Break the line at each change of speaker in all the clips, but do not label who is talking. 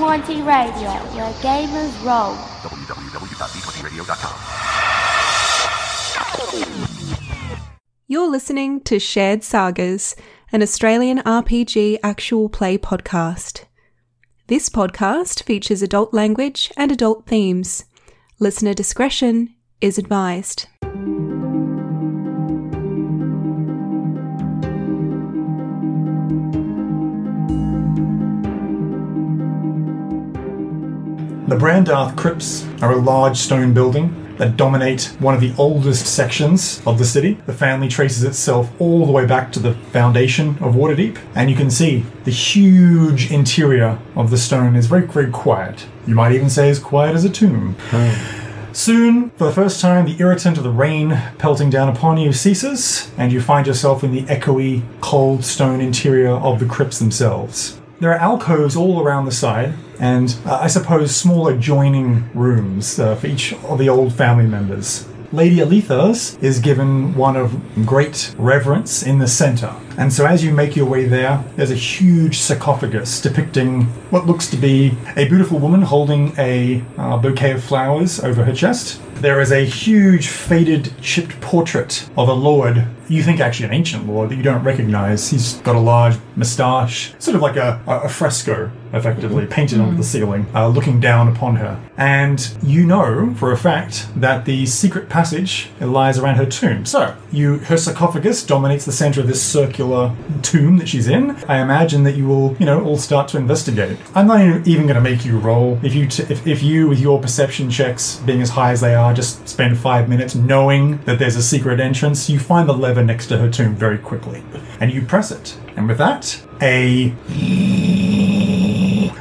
Radio, where gamers roll.
You're listening to Shared Sagas, an Australian RPG actual play podcast. This podcast features adult language and adult themes. Listener discretion is advised.
The Brandarth Crypts are a large stone building that dominate one of the oldest sections of the city. The family traces itself all the way back to the foundation of Waterdeep, and you can see the huge interior of the stone is very, very quiet. You might even say as quiet as a tomb. Soon, for the first time, the irritant of the rain pelting down upon you ceases, and you find yourself in the echoey, cold stone interior of the crypts themselves. There are alcoves all around the side, and uh, I suppose small adjoining rooms uh, for each of the old family members. Lady Alethas is given one of great reverence in the center. And so, as you make your way there, there's a huge sarcophagus depicting what looks to be a beautiful woman holding a uh, bouquet of flowers over her chest. There is a huge, faded, chipped portrait of a lord. You think actually an ancient lord that you don't recognize. He's got a large moustache, sort of like a, a a fresco, effectively, painted onto the ceiling, uh, looking down upon her. And you know for a fact that the secret passage lies around her tomb. So, you her sarcophagus dominates the center of this circular tomb that she's in. I imagine that you will, you know, all start to investigate it. I'm not even going to make you roll. If you, t- if, if you, with your perception checks being as high as they are, just spend five minutes knowing that there's a secret entrance, you find the lever next to her tomb very quickly, and you press it. And with that, a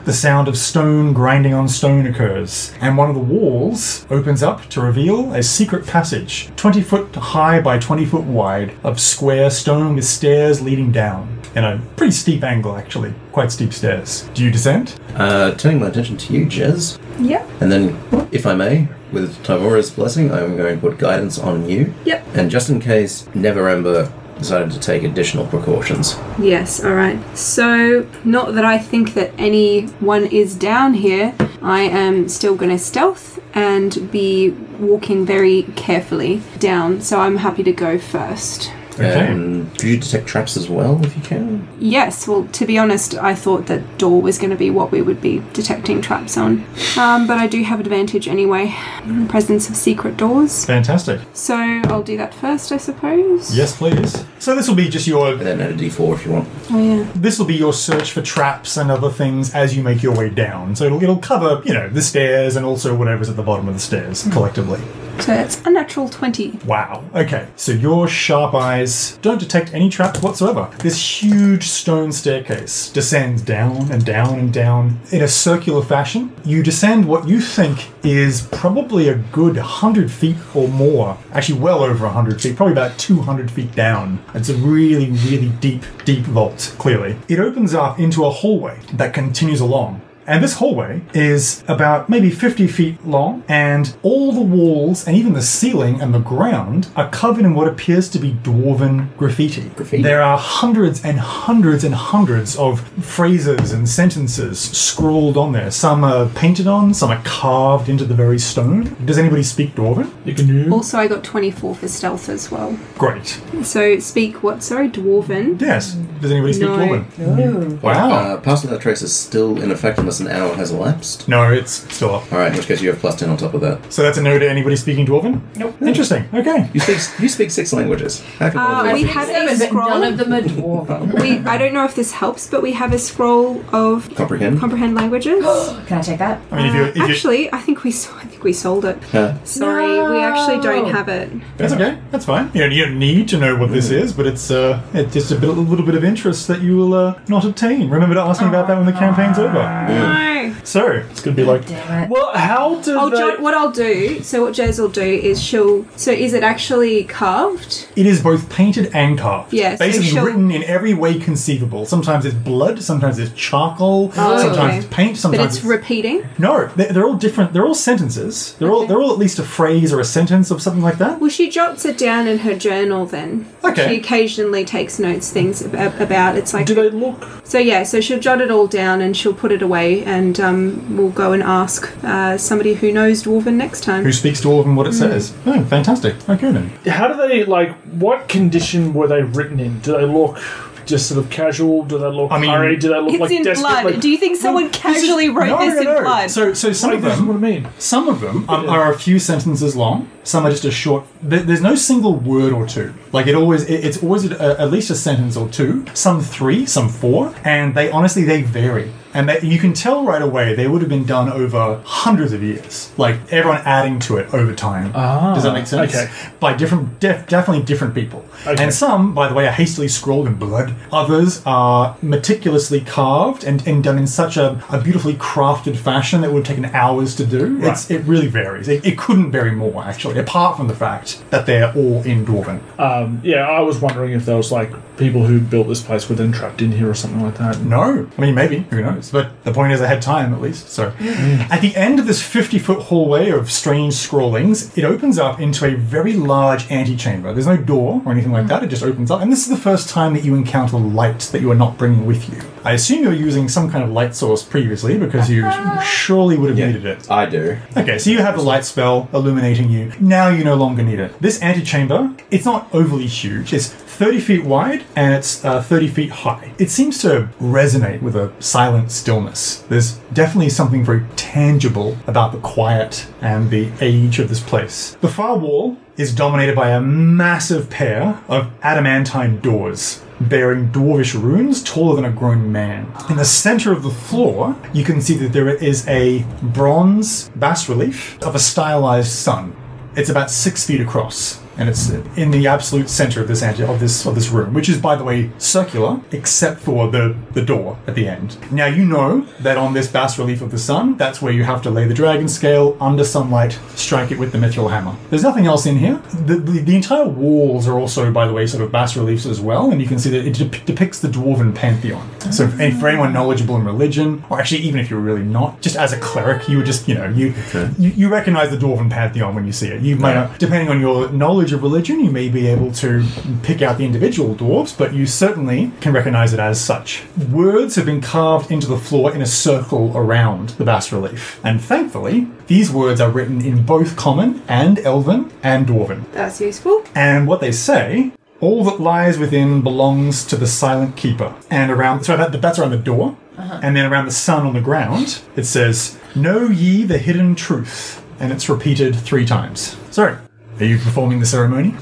the sound of stone grinding on stone occurs, and one of the walls opens up to reveal a secret passage, 20 foot high by 20 foot wide, of square stone with stairs leading down. In a pretty steep angle, actually. Quite steep stairs. Do you descend?
Uh, turning my attention to you, Jez,
Yep.
and then, if I may, with Tavora's blessing, I'm going to put guidance on you.
Yep.
And just in case Neverember decided to take additional precautions.
Yes, alright. So, not that I think that anyone is down here, I am still gonna stealth and be walking very carefully down, so I'm happy to go first.
Okay.
Um, could you detect traps as well, if you can?
Yes, well, to be honest, I thought that door was gonna be what we would be detecting traps on. Um, but I do have advantage anyway in the presence of secret doors,
Fantastic.
so I'll do that first, I suppose.
Yes, please. So this will be just your
And then add a d4 if you want.
Oh, yeah.
this will be your search for traps and other things as you make your way down. So it'll, it'll cover you know the stairs and also whatever's at the bottom of the stairs collectively.
So it's a natural 20.
Wow. Okay. So your sharp eyes don't detect any traps whatsoever. This huge stone staircase descends down and down and down in a circular fashion. You descend what you think is probably a good 100 feet or more. Actually, well over 100 feet, probably about 200 feet down. It's a really, really deep, deep vault, clearly. It opens up into a hallway that continues along. And this hallway is about maybe 50 feet long, and all the walls and even the ceiling and the ground are covered in what appears to be dwarven graffiti.
Graffiti.
There are hundreds and hundreds and hundreds of phrases and sentences scrawled on there. Some are painted on, some are carved into the very stone. Does anybody speak dwarven? You can do.
Also, I got 24 for stealth as well.
Great.
So speak what? Sorry, dwarven.
Yes. Does anybody speak
No.
dwarven? No. Wow.
Uh, passing that trace is still in effect unless an hour has elapsed.
No, it's still up.
Alright, in which case you have plus 10 on top of that.
So that's a no to anybody speaking dwarven? Nope. Interesting. Okay.
You speak, you speak six languages. How can
Uh,
one of
we
them-
had a
Seven, but
scroll.
none of them are dwarven.
we, I don't know if this helps, but we have a scroll of
comprehend?
comprehend languages.
Can I take that?
I mean, if you... If you
actually, I think we s- I think we sold it.
Huh?
Sorry, we actually don't have it.
That's okay. That's fine. You don't, you don't need to know what this is, but it's uh, it's just a, bit, a little bit of interest that you will uh, not obtain. Remember to ask me about that when the campaign's over.
No.
So it's gonna be like,
Damn it.
Well, how do
Oh,
they...
jo- what I'll do. So what Jez will do is she'll. So is it actually carved?
it is both painted and carved.
Yeah, so
basically
she'll-
written in every way conceivable. Sometimes it's blood, sometimes it's charcoal,
Oh,
sometimes
okay.
it's paint,
But
sometimes
it's repeating.
no. They're, they're all different. They're all sentences. They're all
Okay.
they're all at least a phrase or a sentence of something like that.
Well, she jots it down in her journal. Then
Okay.
she occasionally takes notes, things ab- about. It's like
do they look?
So yeah, so she'll jot it all down and she'll put it away and and um, we'll go and ask uh, somebody who knows Dwarven next time.
Who speaks to all of them what it says? Oh, fantastic. Okay then.
How do they like? What condition were they written in? Do they look just sort of casual? Do they look
I mean-
hurried? Do they look
It's
like
in
desperate?
blood.
Like,
Do you think someone casually wrote
No,
this
no,
in
no.
blood?
So, so some
like,
of
this is what I
them,
mean.
some of them um,
Yeah.
are a few sentences long. Some are just a short. there- There's no single word or two. Like it always, it- it's always a, at least a sentence or two. Some three, some four, and they honestly they vary. And they, you can tell right away they would have been done over hundreds of years. Like everyone adding to it over time.
Ah,
Does that make sense?
okay.
By different, def, definitely different people.
Okay.
And some, by the way, are hastily scrawled in blood. Others are meticulously carved and, and done in such a, a beautifully crafted fashion that would have taken hours to do. It's, it really varies. It, it couldn't vary more, actually, apart from the fact that they're all in Dwarven.
Um, yeah, I was wondering if there was like people who built this place were then trapped in here or something like that.
No. I mean, maybe. Who knows? But the point is, I had time at least. So, at the end of this 50 foot hallway of strange scrawlings, it opens up into a very large antechamber. There's no door or anything like that. It just opens up. And this is the first time that you encounter light that you are not bringing with you. I assume you were using some kind of light source previously because you surely would have needed it.
I do.
Okay, so you have the light spell illuminating you. Now you no longer need it. This antechamber, it's not overly huge. It's 30 feet wide and it's uh, 30 feet high. It seems to resonate with a silent stillness. There's definitely something very tangible about the quiet and the age of this place. The far wall is dominated by a massive pair of adamantine doors bearing dwarvish runes taller than a grown man. In the center of the floor, you can see that there is a bronze bas relief of a stylized sun. It's about six feet across, and it's in the absolute center of this ante- of this of this room, which is, by the way, circular except for the the door at the end. Now you know that on this bas relief of the sun, that's where you have to lay the dragon scale under sunlight, strike it with the mithril hammer. There's nothing else in here. The, the, the entire walls are also, by the way, sort of bas reliefs as well, and you can see that it dep depicts the dwarven pantheon. So, if, and for anyone knowledgeable in religion, or actually even if you're really not, just as a cleric, you would just, you know, you you, you recognize the dwarven pantheon when you see it. You may, not, depending on your knowledge of religion, you may be able to pick out the individual dwarves, but you certainly can recognize it as such. Words have been carved into the floor in a circle around the bas relief, and thankfully, these words are written in both Common and Elven and Dwarven.
That's useful.
And what they say, all that lies within belongs to the silent keeper. And around, so that, that's around the door. And then around the sun on the ground, it says, Know ye the hidden truth. And it's repeated three times. So, are you performing the ceremony?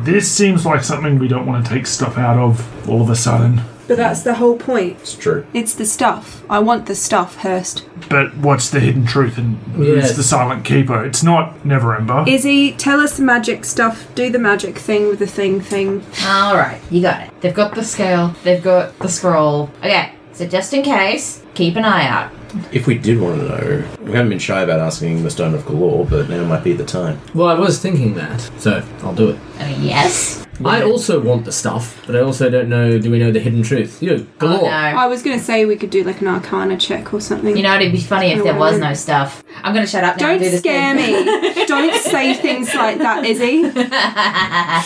This seems like something we don't want to take stuff out of all of a sudden.
But that's the whole point.
It's true.
It's the stuff. I want the stuff, Hurst.
But what's the hidden truth and who's
Yes.
the silent keeper? It's not Neverember.
Izzy, tell us the magic stuff. Do the magic thing with the thing thing.
All right, you got it. They've got the scale. They've got the scroll. Okay, so just in case, keep an eye out.
If we did want to know, we haven't been shy about asking the Stone of Galore, but now might be the time.
Well, I was thinking that, so I'll do it.
Uh, yes.
I also want the stuff, but I also don't know. Do we know the hidden truth? You know,
Oh
galore.
no.
I was gonna say we could do like an arcana check or something.
You know, it'd be funny if there was no stuff. I'm gonna shut up now. and
Don't
do this
scare
thing.
me. Don't say things like that, Izzy. My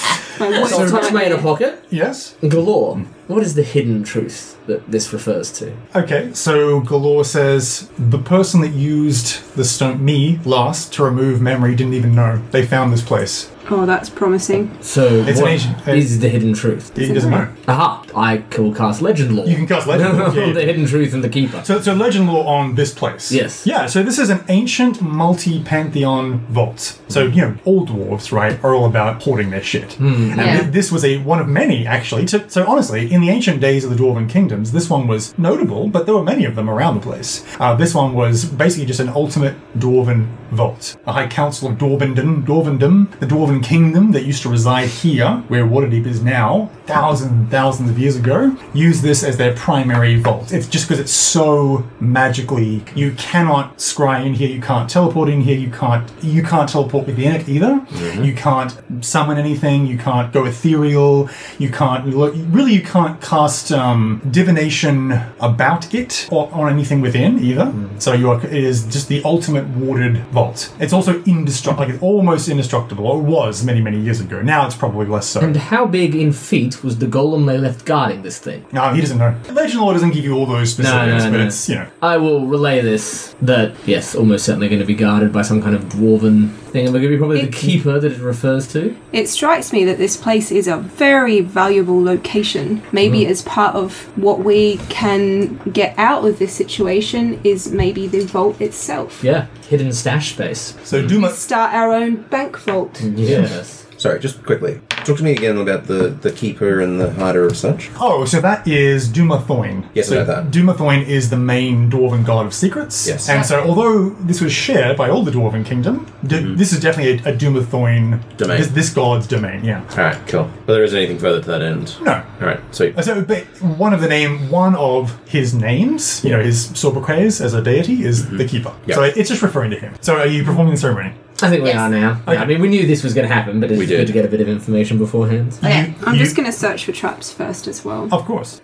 worst
So I touch my
nightmare.
inner pocket.
Yes.
Galore. What is the hidden truth that this refers to?
Okay, so Galore says, The person that used the stone, me, last to remove memory didn't even know. They found this place.
Oh, that's promising.
So what
It's
is
an ancient-
the hidden truth?
He doesn't know.
Aha! I will cast legend law.
You can cast Legend Law, yeah, you
the
do.
hidden truth and the keeper.
So, so legend law on this place.
Yes.
Yeah. So this is an ancient multi-pantheon vault. So you know, all dwarves, right, are all about hoarding their shit. And
Yeah.
thi- this was a one of many, actually. To, so honestly, in the ancient days of the dwarven kingdoms, this one was notable, but there were many of them around the place. Uh, this one was basically just an ultimate dwarven vault, a high council of Dwarvendom, Dwarvendom, the dwarven kingdom that used to reside here, where Waterdeep is now, thousands and thousands of years ago, use this as their primary vault. It's just because it's so magically you cannot scry in here, you can't teleport in here, you can't you can't teleport within it either.
Mm-hmm.
You can't summon anything, you can't go ethereal, you can't look really you can't cast um, divination about it or on anything within either.
Mm-hmm.
So you are it is just the ultimate warded vault. It's also indestructible like it's almost indestructible or it was was many, many years ago. Now it's probably less so.
And how big in feet was the golem they left guarding this thing?
No, he doesn't know. Legend Law doesn't give you all those
No,
specifics,
no,
but
no.
it's, you know,
I will relay this that, yes, almost certainly going to be guarded by some kind of dwarven thing. And we're going to be probably the keeper that it refers to.
It strikes me that this place is a very valuable location. Maybe
Mm-hmm.
as part of what we can get out of this situation is maybe the vault itself.
Yeah, hidden stash space.
so Duma.
Start our own bank vault.
Mm-hmm. Yes.
Sorry, just quickly. Talk to me again about the, the keeper and the harder of such.
Oh, so that is Duma Thoin.
Yes, I
so
know that.
Duma Thoin is the main dwarven god of secrets.
Yes.
And so, although this was shared by all the dwarven kingdom, d- this is definitely a, a Duma Thoin
Mm-hmm. Domain.
This, this god's domain, yeah.
Alright, cool. But there isn't anything further to that end.
No.
Alright, sweet.
So, but one of the name, one of his names, you know, his sobriquets as a deity is the Keeper.
Mm-hmm. Yeah.
So it's just referring to him. So, are you performing the ceremony?
I think we
Yes.
are now. Yeah, I mean, we knew this was going to happen, but it's
We
good
did.
to get a bit of information beforehand.
Okay.
Oh, I'm
You-
just going to search for traps first as well.
Of course.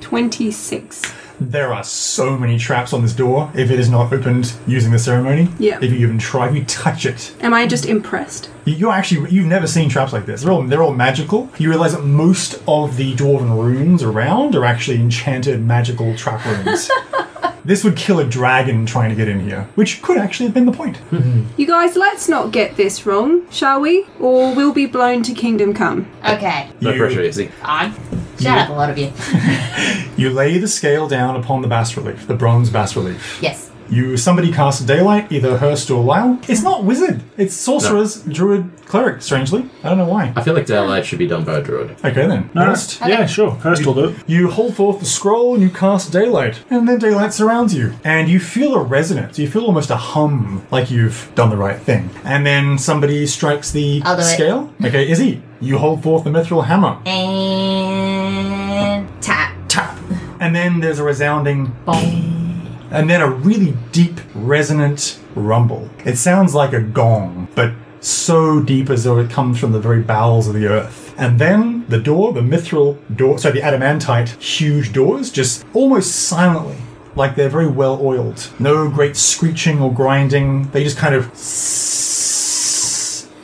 26.
There are so many traps on this door if it is not opened using the ceremony.
Yeah.
If you even try, if you touch it,
Am I just impressed?
you- you're actually you've never seen traps like this. They're all they're all magical. You realize that most of the dwarven runes around are actually enchanted magical trap runes. this would kill a dragon trying to get in here, which could actually have been the point.
You guys, let's not get this wrong, shall we? Or we'll be blown to kingdom come.
Okay.
No
You-
pressure, Izzy.
I shut up, a lot of you.
You lay the scale down upon the bas relief, the bronze bas relief.
Yes.
You somebody casts daylight, either Hurst or Lyle. It's not wizard. It's sorcerers, druid, cleric. Strangely, I don't know why.
I feel like daylight should be done by a druid.
Okay then, Hurst.
Yeah, sure. Hurst will do it.
You hold forth the scroll and you cast daylight, and then daylight surrounds you, and you feel a resonance. You feel almost a hum, like you've done the right thing. And then somebody strikes the
I'll do it.
scale. Okay, Izzy, you hold forth the mithril hammer.
And tap.
Tap, and then there's a resounding
Bong.
and then a really deep, resonant rumble. It sounds like a gong, but so deep as though it comes from the very bowels of the earth. And then the door, the mithril door, sorry, the adamantite huge doors, just almost silently, like they're very well oiled. No great screeching or grinding. They just kind of.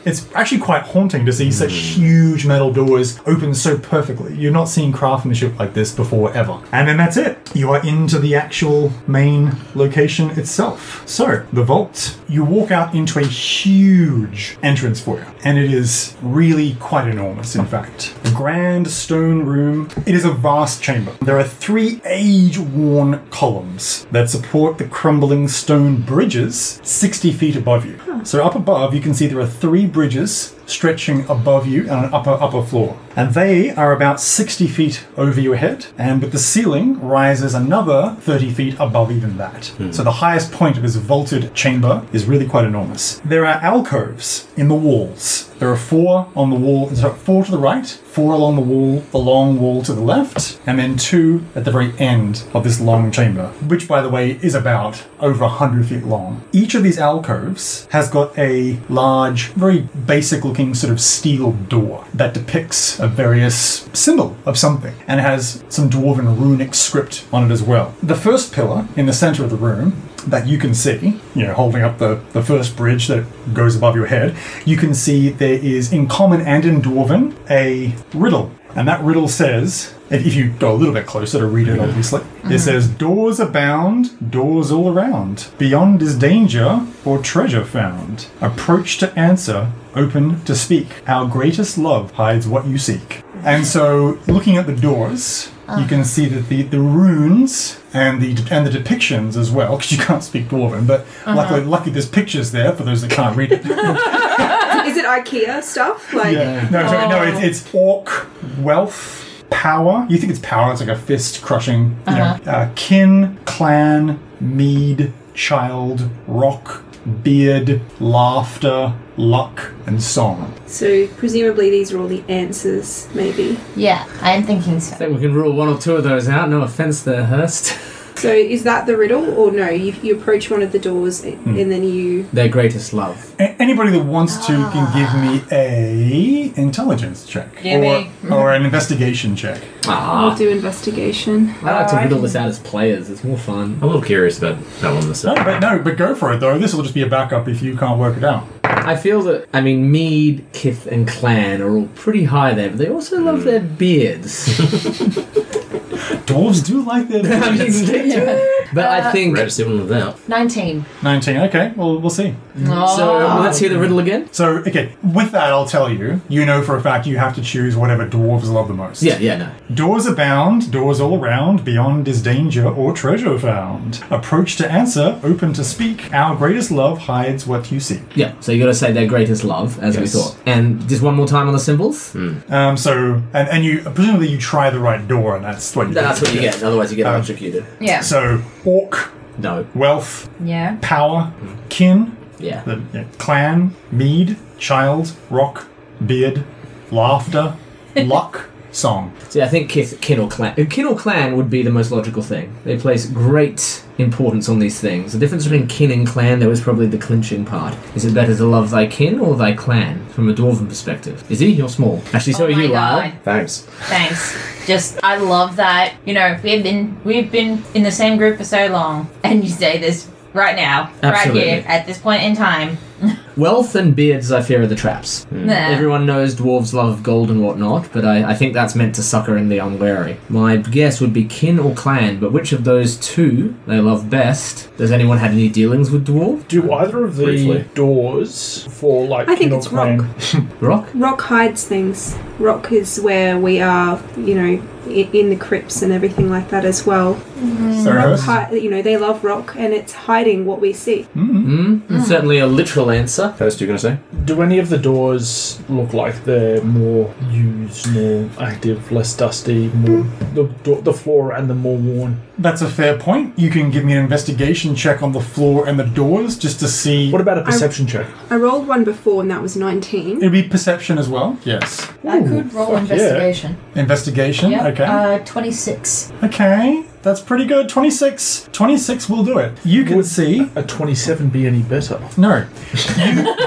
It's actually quite haunting to see such huge metal doors open so perfectly. You've not seen craftsmanship like this before ever. And then that's it. You are into the actual main location itself. So, the vault. You walk out into a huge entrance foyer, and it is really quite enormous, in fact. A grand stone room. It is a vast chamber. There are three age worn columns that support the crumbling stone bridges 60 feet above you. So, up above, you can see there are three bridges stretching above you on an upper, upper floor. And they are about 60 feet over your head, and with the ceiling rises another 30 feet above even that. So, the highest point of this vaulted chamber is really quite enormous. There are alcoves in the walls. There are four on the wall, sorry, four to the right, four along the wall, the long wall to the left, and then two at the very end of this long chamber, which, by the way, is about over 100 feet long. Each of these alcoves has got a large, very basic looking sort of steel door that depicts a various symbol of something and has some dwarven runic script on it as well. The first pillar in the center of the room that you can see, you know, holding up the, the first bridge that goes above your head, you can see there is, in common and in Dwarven, a riddle. And that riddle says, if if you go a little bit closer to read it, obviously, it says, Doors abound, doors all around. Beyond is danger or treasure found. Approach to answer, open to speak. Our greatest love hides what you seek. And so, looking at the doors, you can see that the, the runes and the and the depictions as well, because you can't speak dwarven. But luckily, luckily, there's pictures there for those that can't read it.
Is it IKEA stuff? Like,
yeah. No, sorry, no,
Oh.
it's, it's orc wealth. Power. You think it's power? It's like a fist crushing. You
Uh-huh.
know, uh, kin, clan, mead, child, rock, beard, laughter, luck, and song.
so presumably these are all the answers, maybe.
Yeah, I'm thinking so.
I think we can rule one or two of those out. No offense there, Hurst.
So is that the riddle, or no? You, you approach one of the doors and then you.
Their greatest love.
A- anybody that wants to can give me a intelligence check
Ah. Give
or,
me.
or an investigation check.
Ah.
I'll do investigation.
I like to riddle this out as players. It's more fun.
I'm a little curious about that one myself.
No, but no, but go for it though. This will just be a backup if you can't work it out.
I feel that I mean Mead, Kith, and Clan are all pretty high there, but they also love their beards.
Dwarves do like their
I mean,
beards.
they do. But I think
Red sibling of that.
19.
19. Okay, well, we'll see.
Oh.
so. let's hear the riddle again.
So, okay, with that, I'll tell you, you know for a fact you have to choose whatever dwarves love the most.
Yeah, yeah, no.
Doors abound, doors all around, beyond is danger or treasure found. Approach to answer, open to speak, our greatest love hides what you seek.
Yeah, so you got to say their greatest love, as we
Yes.
thought. And just one more time on the symbols.
Um, so, and, and you, presumably you try the right door and that's what you
That's what you get. Otherwise, you get
Um,
electrocuted.
Yeah.
So, orc,
No.
wealth,
yeah.
power, kin,
Yeah.
the yeah, clan, mead, child, rock, beard, laughter, luck, song.
See, I think Kith, kin or clan, uh, kin or clan would be the most logical thing. They place great importance on these things. The difference between kin and clan, though, is probably the clinching part. Is it better to love thy kin or thy clan from a dwarven perspective? Is he? You're small. Actually, so
Oh
are
my
you,
God.
Lyle.
Thanks.
Thanks. Just I love that. You know, we've been we've been in the same group for so long, and you say this right now,
Absolutely.
right here, at this point in time.
Wealth and beards, I fear, are the traps. Hmm.
Nah.
Mm, Everyone knows dwarves love gold and whatnot, but I, I think that's meant to sucker in the unwary. My guess would be kin or clan, but which of those two they love best? Does anyone have any dealings with dwarf?
Do either of the
Briefly.
doors for like
I think
Kindle
it's rock.
Clan-
Rock?
Rock hides things. Rock is where we are, you know, i- in the crypts and everything like that as well. Rock,
So,
hi- you know, they love rock, and it's hiding what we see.
Mm-hmm.
Hmm? That's Certainly a literal answer.
First, you're going to say?
Do any of the doors look like they're more used, more active, less dusty, more the, do- the floor and the more worn?
that's a fair point. You can give me an investigation check on the floor and the doors just to see.
What about a perception check?
I rolled one before, and that was 19.
It'd be perception as well. Yes.
I could roll
fuck yeah.
investigation.
Investigation.
Yeah.
Okay.
Uh, twenty-six.
okay. That's pretty good. 26. 26 will do it. You can
Would-
see.
A 27 be any better?
No.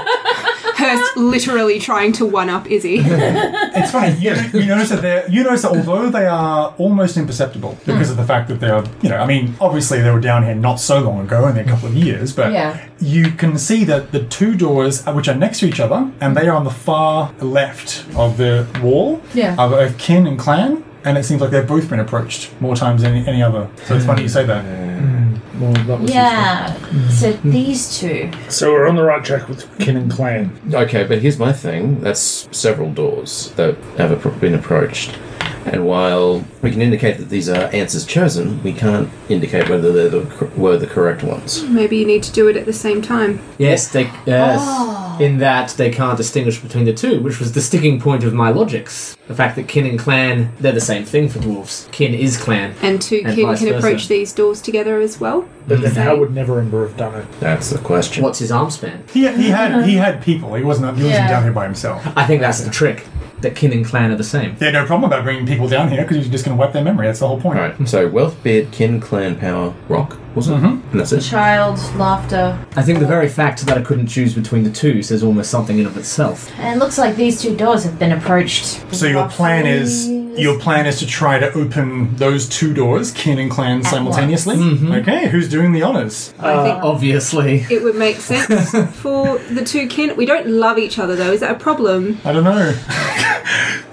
Hurst literally trying to one up Izzy.
It's funny. You, you notice that they're. You notice that although they are almost imperceptible because of the fact that they are. You know, I mean, obviously they were down here not so long ago, only a couple of years, but
Yeah.
you can see that the two doors, uh, which are next to each other, and they are on the far left of the wall,
Yeah.
are both kin and clan. And it seems like they've both been approached more times than any, any other. So it's funny you say that.
Oh,
Well, that was
Yeah. So these two.
useful. So we're on the right track with Kin and Clan.
Okay, but here's my thing. That's several doors that have appro- been approached. And while we can indicate that these are answers chosen, we can't indicate whether they the, cor- were the correct ones.
Maybe you need to do it at the same time.
Yes, they yes. In that they can't distinguish between the two, which was the sticking point of my logics. The fact that kin and clan they're the same thing for dwarves. Kin is clan.
And two
And
kin
vice
can
versa.
approach these doors together as well.
But then how would Never Ember have done it?
That's the question.
What's his arm span?
He, he had he had people. He wasn't he wasn't
Yeah.
down here by himself.
I think that's the trick. That kin and clan are the same.
They had no problem about bringing people down here because you're just going to wipe their memory. That's the whole point.
Alright, so wealth, beard, kin, clan, power, rock, was it? Mm-hmm. And that's it.
Child, laughter.
I think the very fact that I couldn't choose between the two says almost something in of itself.
And it looks like these two doors have been approached.
So your plan is your plan is to try to open those two doors, kin and clan, simultaneously.
Mm-hmm.
Okay, who's doing the honors?
I think
Uh, oh. Obviously.
it would make sense for the two kin. We don't love each other though. Is that a problem?
I don't know.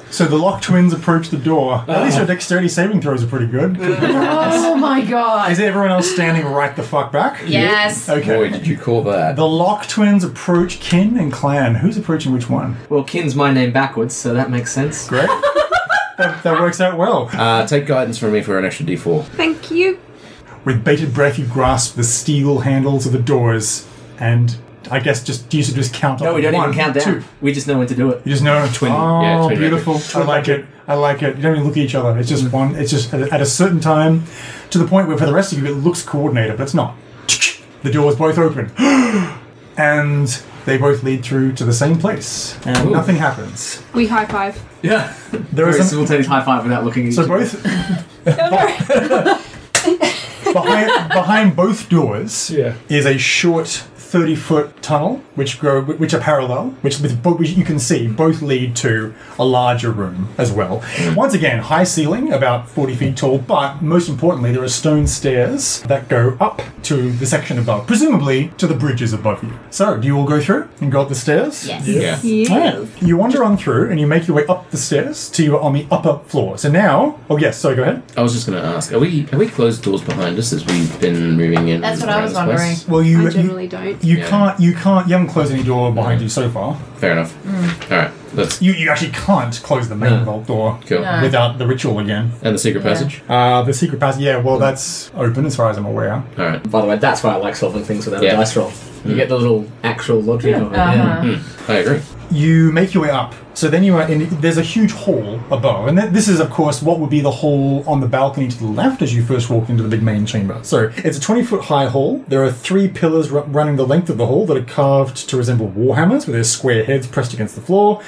so the Lock twins approach the door. At least
Ah.
their dexterity saving throws are pretty good.
Oh my god.
Is everyone else standing right the fuck back?
Yes.
Okay.
Boy, did you call that.
The Lock twins approach kin and clan. Who's approaching which one?
Well, kin's my name backwards, so that makes sense.
Great. that, that works out well.
Ah.
Uh, take guidance from me for an extra d4.
Thank you.
With bated breath, you grasp the steel handles of the doors, and I guess just you should just count up.
No, we don't
one,
even count down.
Two.
We just know when to do it.
You just know twin. Oh,
yeah, twin
beautiful. I like it. I like it. You don't even look at each other. It's just one. It's just at a, at a certain time, to the point where for the rest of you it looks coordinated, but it's not. The doors both open, and they both lead through to the same place, and
Ooh.
nothing happens.
We high five.
Yeah.
There
Very
is an-
simultaneous high five without looking at each
so
other.
both. behind, behind both doors
Yeah.
is a short thirty foot tunnel, which grow which are parallel, which with bo- which you can see both lead to a larger room as well. Once again, high ceiling, about forty feet tall, but most importantly, there are stone stairs that go up to the section above, presumably to the bridges above you. So, do you all go through and go up the stairs?
Yes.
Yeah.
Alright. You wander on through and you make your way up the stairs to you are on the upper floor. So now, oh yes, sorry, go ahead.
I was just going to ask: Are we have we closed doors behind us as we've been moving in?
That's what I
around
was
this place?
wondering.
Well, you
I
you,
generally don't.
you
Yeah.
can't you can't you haven't closed any door behind you so far.
Fair enough.
Mm.
All right, that's
You you actually can't close the main vault door
cool.
No.
without the ritual again.
And the secret
Yeah.
passage.
Uh, the secret pass. Yeah, well, that's open as far as I'm aware.
All right.
By the way, that's why I like solving things without
Yeah.
a dice roll. You get the little actual logic of it.
Uh-huh.
Yeah.
Hmm. I agree.
You make your way up. So then you are in. There's a huge hall above, and th- this is, of course, what would be the hall on the balcony to the left as you first walk into the big main chamber. So it's a 20 foot high hall. There are three pillars ru- running the length of the hall that are carved to resemble warhammers, with their square heads pressed against the floor.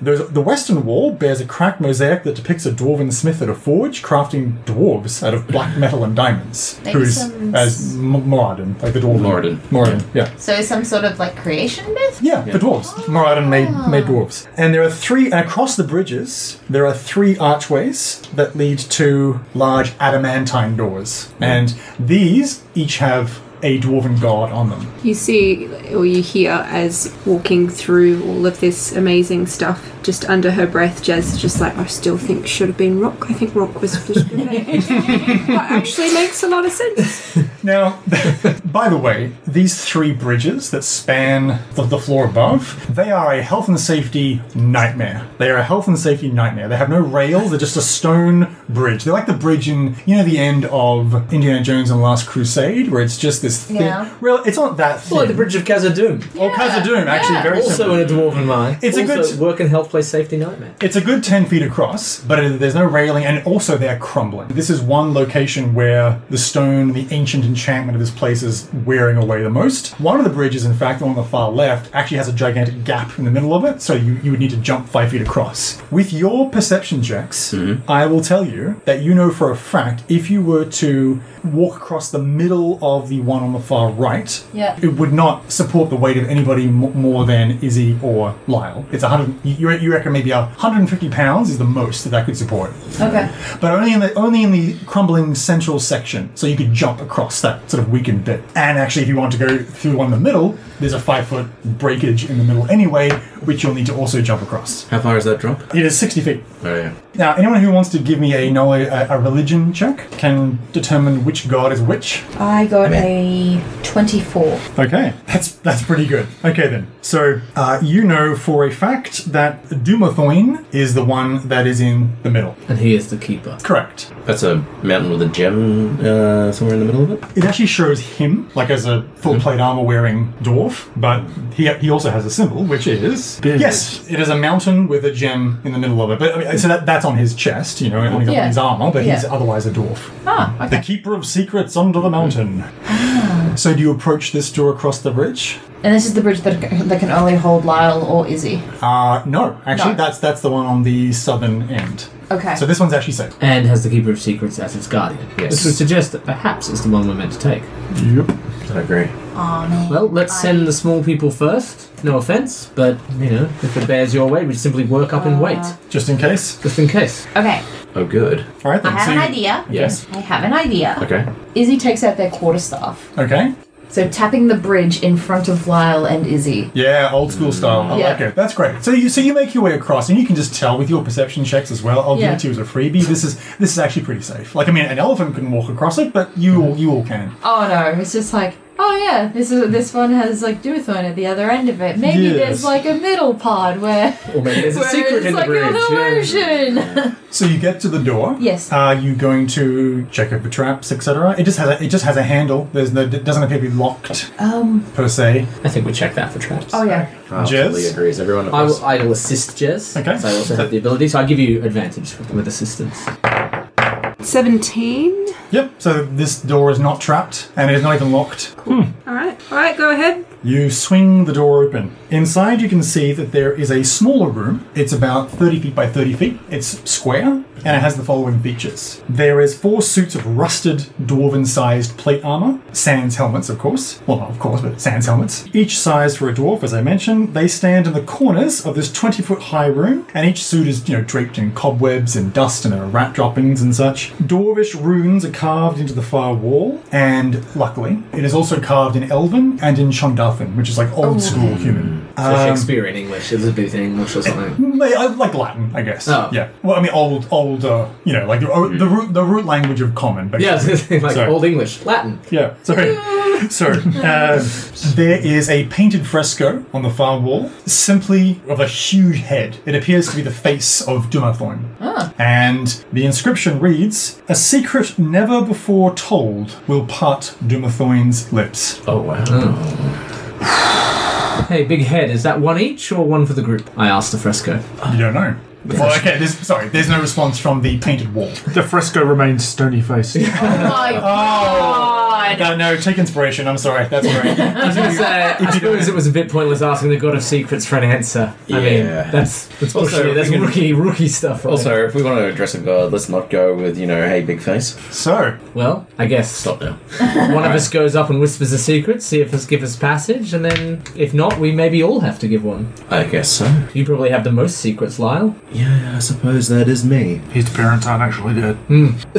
There's, the western wall bears a cracked mosaic that depicts a dwarven smith at a forge crafting dwarves out of black metal and diamonds.
Makes some
as M- Moradin, like the dwarven
Moradin.
Moradin, yeah.
So some sort of like creation myth?
Yeah, the dwarves. Moradin made, made dwarves. And there are three, and across the bridges, there are three archways that lead to large adamantine doors. And these each have a dwarven god on them.
You see or you hear as walking through all of this amazing stuff, just under her breath, Jazz is just like, I still think should have been rock. I think rock was just That actually makes a lot of sense.
Now, by the way, these three bridges that span the, the floor above, they are a health and safety nightmare. They are a health and safety nightmare. They have no rails, they're just a stone bridge. They're like the bridge in, you know, the end of Indiana Jones and the Last Crusade, where it's just this thin.
Yeah.
Well, it's not that thin.
Like the Bridge of Khazad-dûm.
Or Khazad Doom, actually,
yeah.
very
Also
similar.
in a dwarven mine.
It's a
also
good-
work and health place safety nightmare.
It's a good 10 feet across, but it, there's no railing, and also they're crumbling. This is one location where the stone, the ancient enchantment of this place is wearing away the most. One of the bridges, in fact, the one on the far left, actually has a gigantic gap in the middle of it, so you, you would need to jump five feet across. With your perception checks, I will tell you that you know for a fact if you were to walk across the middle of the one on the far right,
Yeah.
it would not support the weight of anybody m- more than Izzy or Lyle. It's 100. You, you reckon maybe 150 pounds is the most that that could support,
Okay.
but only in the only in the crumbling central section. So you could jump across that sort of weakened bit. And actually, if you want to go through the one in the middle, there's a five foot breakage in the middle anyway, which you'll need to also jump across.
How far is that drop?
It is 60 feet.
Oh yeah.
Now, anyone who wants to give me a knowledge, a, a religion check, can determine which god is which.
I got a 24.
Okay, that's that's pretty good. Okay then, so uh, you know for a fact that Dumathoin is the one that is in the middle.
And he is the keeper.
Correct.
That's a mountain with a gem uh, somewhere in the middle of it.
It actually shows him like as a full plate armor wearing dwarf, but he he also has a symbol which is yes, it is a mountain with a gem in the middle of it. But I mean, so that, that's on his chest, you know, on his, on
Yeah.
his armor, but he's
Yeah.
otherwise a dwarf.
Ah, okay.
The keeper of secrets under the mountain.
Ah.
So do you approach this door across the bridge?
And this is the bridge that, that can only hold Lyle or Izzy.
Uh, no, actually,
No.
that's that's the one on the southern end.
Okay.
So this one's actually safe.
And has the Keeper of Secrets as its guardian.
Yes.
Which would suggest that perhaps it's the one we're meant to take.
Yep.
I agree.
Aw, man.
Well, let's send the small people first. No offense, but, you know, if it bears your way, we simply work up
Ah.
and wait.
Just in case.
Just in case.
Okay,
Oh good.
All right
I
then.
have
so
an
you-
idea.
Yes.
I have an idea.
Okay.
Izzy takes out their quarterstaff.
Okay.
So tapping the bridge in front of Lyle and Izzy.
Yeah, old school
Mm.
style. I
Yeah.
like it. That's great. So you so you make your way across, and you can just tell with your perception checks as well. I'll
Yeah.
give it to you as a freebie. This is this is actually pretty safe. Like I mean, an elephant can walk across it, but you
Mm-hmm.
all you all can.
Oh no, it's just like, oh yeah, this is this one has like Duathorn at the other end of it. Maybe
Yes.
there's like a middle pod where,
Or maybe there's a
where
secret
it's
in the
like
bridge.
an illusion. Yeah.
So you get to the door.
Yes.
Are you going to check over traps, etc.? It just has a it just has a handle. There's no it doesn't appear to be locked
um.
per se.
I think we check that for traps.
Oh yeah.
I
Jez?
totally agree. Is everyone?
I
I
will, I will assist Jez.
Okay.
So I also have the ability, so I give you advantage with, with assistance.
17.
Yep. So this door is not trapped, and it is not even locked.
All right. All right, go ahead.
You swing the door open. Inside, you can see that there is a smaller room. It's about 30 feet by 30 feet. It's square, and it has the following features. There is four suits of rusted, dwarven-sized plate armor, sans helmets, of course. Well, not of course, but sans helmets. Each size for a dwarf, as I mentioned. They stand in the corners of this 20-foot-high room, and each suit is, you know, draped in cobwebs and dust and there are rat droppings and such. Dwarvish runes are carved into the far wall, and luckily, it is also carved in Elven and in Shondarfin, which is like
Oh.
old school human.
Um,
So Shakespearean English, Elizabeth English or something.
May- I like Latin, I guess.
Oh. Hmm.
Yeah. Well, I mean, old, old, uh, you know, like the, oh, the root, the root language of common. Basically.
Yeah, I was gonna say, like
Sorry.
Old English, Latin.
Yeah, sorry. So, uh, there is a painted fresco on the far wall, simply of a huge head. It appears to be the face of Dumathorn.
Ah.
And the inscription reads A secret never before told will part Dumathorn's lips.
Oh wow.
Hey, big head, is that one each or one for the group? I asked the fresco.
You don't know. Well, okay, there's, sorry, there's no response from the painted wall. Oh.
The fresco remains stony faced.
Oh
my god!
No, no, take inspiration. I'm sorry. That's all right.
I was gonna say, I suppose it was a bit pointless asking the god of secrets for an answer. I mean,
Yeah.
that's that's
Also,
bullshit. That's
we can-
rookie rookie stuff. Right?
Also, if we want to address a god, uh, let's not go with you know, hey, big face.
so,
well, I guess
Stop now.
one of us goes up and whispers a secret, see if us give us passage, and then if not, we maybe all have to give one.
I guess so.
You probably have the most secrets, Lyle.
Yeah, I suppose that is me.
His parents aren't actually dead.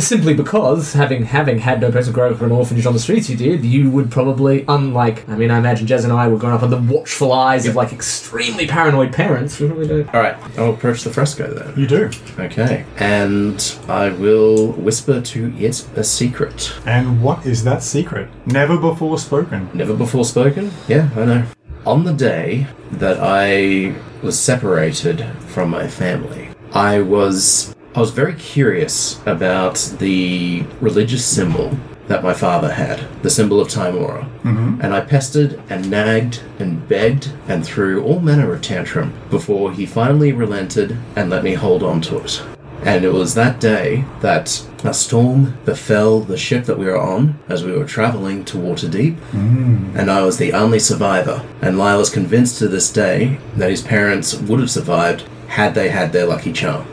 Simply because, having having had no place to grow for an orphanage on the streets you did, you would probably, unlike, I mean, I imagine Jez and I were growing up under watchful eyes of like extremely paranoid parents. We probably don't.
All right, I'll approach the fresco then.
you do.
Okay, and I will whisper to it a secret,
And what is that secret? Never before spoken.
never before spoken. Yeah, I know. On the day that I was separated from my family, I was I was very curious about the religious symbol that my father had, the symbol of Timora. Mm-hmm. And I pestered and nagged and begged and threw all manner of tantrum before he finally relented and let me hold on to it. And it was that day that a storm befell the ship that we were on as we were traveling to Waterdeep,
Mm.
and I was the only survivor. And Lila's convinced to this day that his parents would have survived had they had their lucky charm.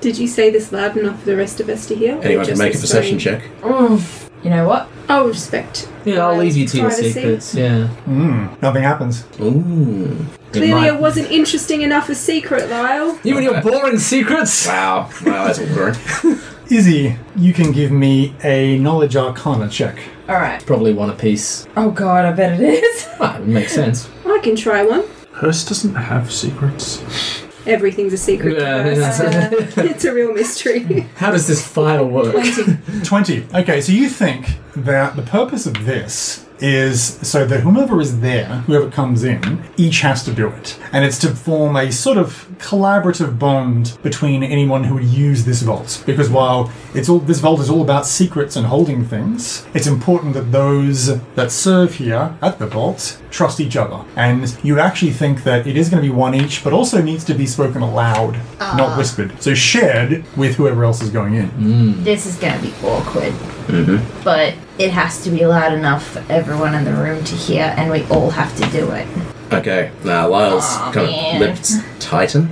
Did you say this loud enough for the rest of us to hear? or
Anyone can
just
make a
the
perception
story?
check.
Oof. You know what?
I'll respect.
Yeah, I'll leave you to your
Privacy.
secrets. Yeah.
Hmm. Nothing happens.
Ooh.
Clearly,
might-
it wasn't interesting enough a secret, Lyle.
You and your boring secrets.
Wow. Wow, that's ordinary.
Izzy, you can give me a knowledge arcana check.
Alright.
Probably one apiece.
Oh god, I bet it is.
Well, it makes sense.
I can try one.
Hearst doesn't have secrets.
Everything's a secret. to
Yeah,
us. it's a real mystery.
How does this fire work?
20. Okay, so you think that the purpose of this is so that whomever is there, whoever comes in, each has to do it. And it's to form a sort of collaborative bond between anyone who would use this vault. Because while it's all this vault is all about secrets and holding things, it's important that those that serve here at the vault trust each other. And you actually think that it is going to be one each, but also needs to be spoken aloud, not whispered. So shared with whoever else is going in.
This is gonna be awkward. Mm-hmm. But it has to be loud enough for everyone in the room to hear, and we all have to do it.
Okay. Now, Lyle's
Aw,
kind
man.
of lips tighten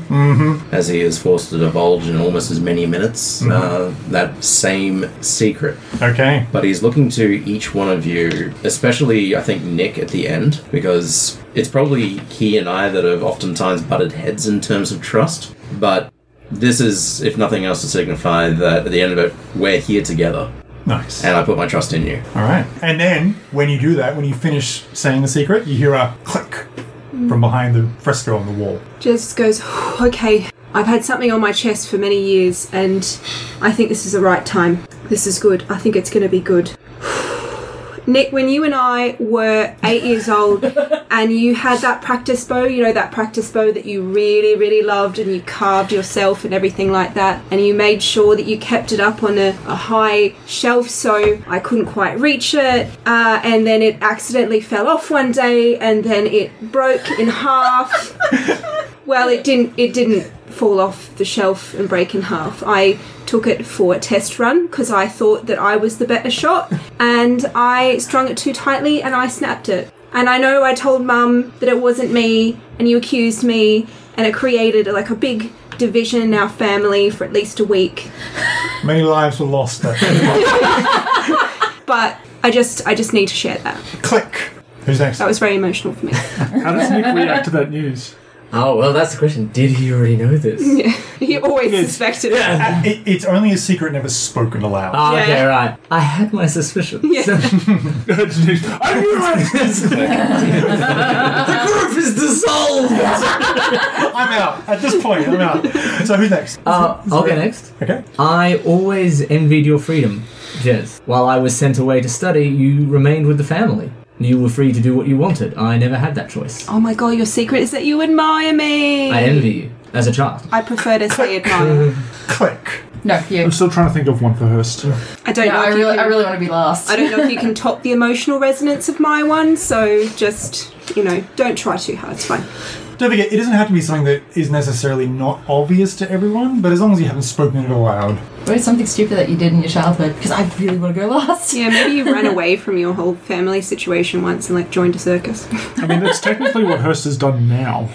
as he is forced to divulge in almost as many minutes uh, that same secret.
Okay.
but he's looking to each one of you, especially I think Nick at the end, because it's probably he and I that have oftentimes butted heads in terms of trust. But this is, if nothing else, to signify that at the end of it, we're here together,
Nice.
and I put my trust in you.
All right. And then when you do that, when you finish saying the secret, you hear a click from behind the fresco on the wall.
Just goes, okay, I've had something on my chest for many years, and I think this is the right time. This is good. I think it's going to be good. Nick, when you and I were eight years old and you had that practice bow, you know, that practice bow that you really, really loved and you carved yourself and everything like that, and you made sure that you kept it up on a, a high shelf so I couldn't quite reach it, uh, and then it accidentally fell off one day and then it broke in half. Well, it didn't. It didn't fall off the shelf and break in half. I took it for a test run because I thought that I was the better shot, and I strung it too tightly and I snapped it. And I know I told Mum that it wasn't me, and you accused me, and it created like a big division in our family for at least a week.
Many lives were lost. That day.
But I just, I just need to share that.
Click. Who's next?
Uh,
That was very emotional for me.
How does Nick react to that news?
Oh, well, that's the question. Did he already know this?
he always suspected. it.
Uh, it, it's only a secret never spoken aloud.
Ah,
Yeah.
okay, right. I had my suspicions.
It's news. I knew it!
the group is dissolved!
I'm out. At this point, I'm out. So who's next?
Uh, I'll go next.
Okay.
I always envied your freedom, Jez. While I was sent away to study, you remained with the family. You were free to do what you wanted. I never had that choice.
Oh my god, your secret is that you admire me.
I envy you as a child.
I prefer to say admire.
Click.
No, you.
I'm still trying to think of one for Hurst.
I don't
No,
know. if
I
you
really,
can-
I really want to be last.
I don't know if you can top the emotional resonance of my one, so just, you know, don't try too hard, it's fine.
Don't forget, it doesn't have to be something that is necessarily not obvious to everyone, but as long as you haven't spoken it aloud.
What is something stupid that you did in your childhood? Because I really want to go last.
Yeah, maybe you ran away from your whole family situation once and, like, joined a circus.
I mean, that's technically what Hurst has done now.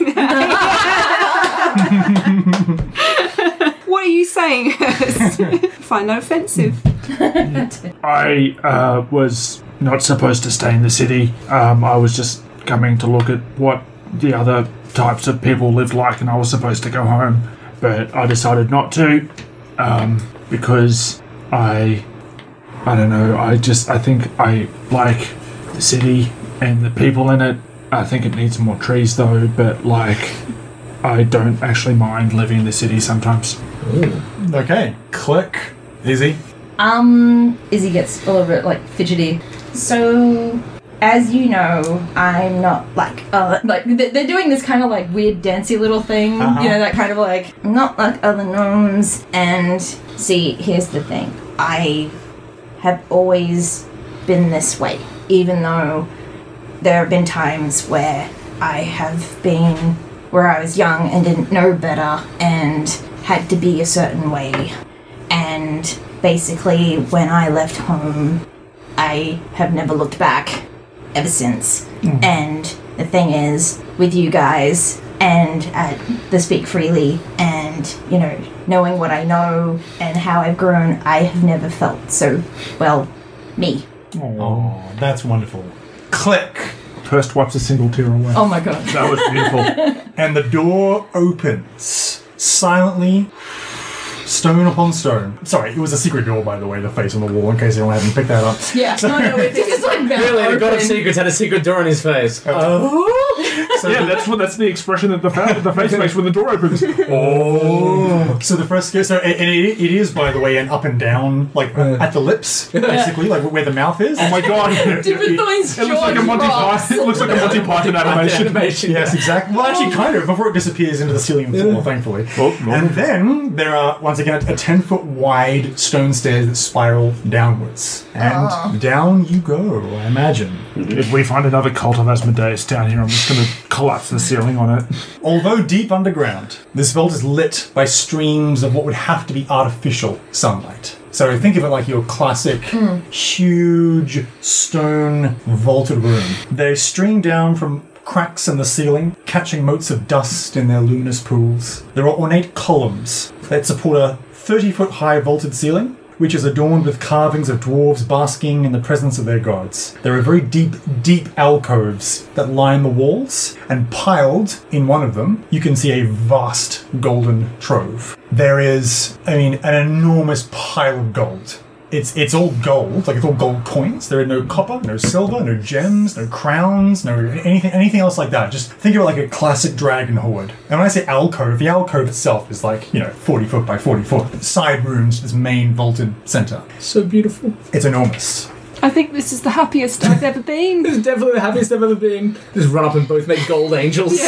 what are you saying, Hurst? Find that offensive.
I uh, was not supposed to stay in the city. Um, I was just coming to look at what the other types of people lived like, and I was supposed to go home, but I decided not to um, because I, I don't know. I just I think I like the city and the people in it. I think it needs more trees though, but like. I don't actually mind living in the city sometimes.
Okay. Click. Easy.
Um, Izzy gets a little bit like fidgety. So, as you know, I'm not like uh, like they- they're doing this kind of like weird dancey little thing, you know, that kind of like I'm not like other gnomes. And see, here's the thing: I have always been this way, even though there have been times where I have been where I was young and didn't know better and had to be a certain way and basically when i left home i have never looked back ever since and the thing is with you guys and at the speak freely and you know knowing what i know and how i've grown i have never felt so well me
Oh, that's wonderful. Click.
Hurst wipes a single tear away.
oh my god
That was beautiful. and the door opens silently, stone upon stone. Sorry, it was a secret door, by the way, the face on the wall, in case anyone hadn't picked that up.
yeah no no it's just like
Really, the god of secrets had a secret door on his face.
Oh.
Uh,
Yeah, that's what that's the expression that the, fa- the face makes when the door opens.
Oh. So the fresco, so and and it, it is, by the way, an up and down, like at the lips, basically, like where the mouth is.
Oh my god! It,
Different
looks like a Monty Python. It looks like a Monty Python animation.
Animation.
Yes, exactly. Well, actually, kind of, before it disappears into the ceiling floor, thankfully.
Oh, no.
And then there are, once again, a 10 foot wide stone stairs that spiral downwards. And down you go, I imagine.
If we find another cult of Asmodeus down here, I'm just going to collapse the ceiling on it.
Although deep underground, this vault is lit by streams of what would have to be artificial sunlight. So think of it like your classic huge stone vaulted room. They stream down from cracks in the ceiling, catching motes of dust in their luminous pools. There are ornate columns that support a 30 foot high vaulted ceiling which is adorned with carvings of dwarves basking in the presence of their gods. There are very deep, deep alcoves that line the walls, and piled in one of them, you can see a vast golden trove. There is, I mean, an enormous pile of gold. It's, it's all gold, like it's all gold coins. There are no copper, no silver, no gems, no crowns, no anything anything else like that. Just think of it like a classic dragon hoard. And when I say alcove, the alcove itself is like, you know, 40 foot by 40 foot. Side rooms, this main vaulted center.
So beautiful.
It's enormous.
I think this is the happiest I've ever been.
This is definitely the happiest I've ever been. Just run up and both make gold angels.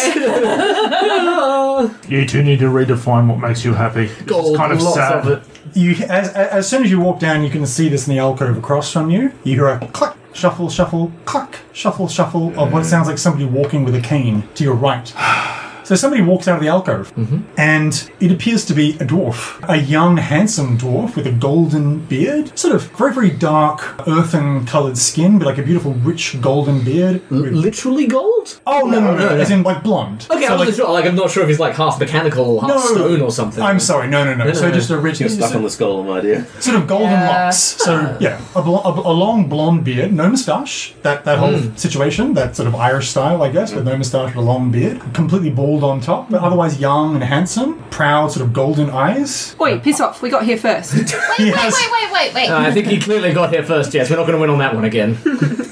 You two need to redefine what makes you happy. This is
Gold,
kind of
lots
sad.
of it.
You as, as as soon as you walk down, you can see this in the alcove across from you. You hear a clack, shuffle, shuffle, clack, shuffle, shuffle of what sounds like somebody walking with a cane to your right. So somebody walks out of the alcove, and it appears to be a dwarf, a young, handsome dwarf with a golden beard, sort of very, very dark, earthen-colored skin, but like a beautiful, rich, golden beard. with-
Literally gold?
oh no, no, no,
Mm-hmm. no, no.
as in like blonde.
Okay,
So,
I wasn't
like,
sure. Like, I'm not sure if he's like half mechanical or half
No.
stone or something.
I'm sorry, no, no, no.
No, no,
so
no.
just a rich,
You're stuck on the golem idea.
sort of golden locks. So yeah, a, bl- a, a long blonde beard, no moustache. That that whole situation, that sort of Irish style, I guess, with no moustache but a long beard, completely bald on top, but otherwise young and handsome, proud, sort of golden eyes.
Oi, piss off. We got here first.
He
Wait,
has-
wait, wait, wait.
Uh, I think he clearly got here first, yes. We're not going to win on that one again.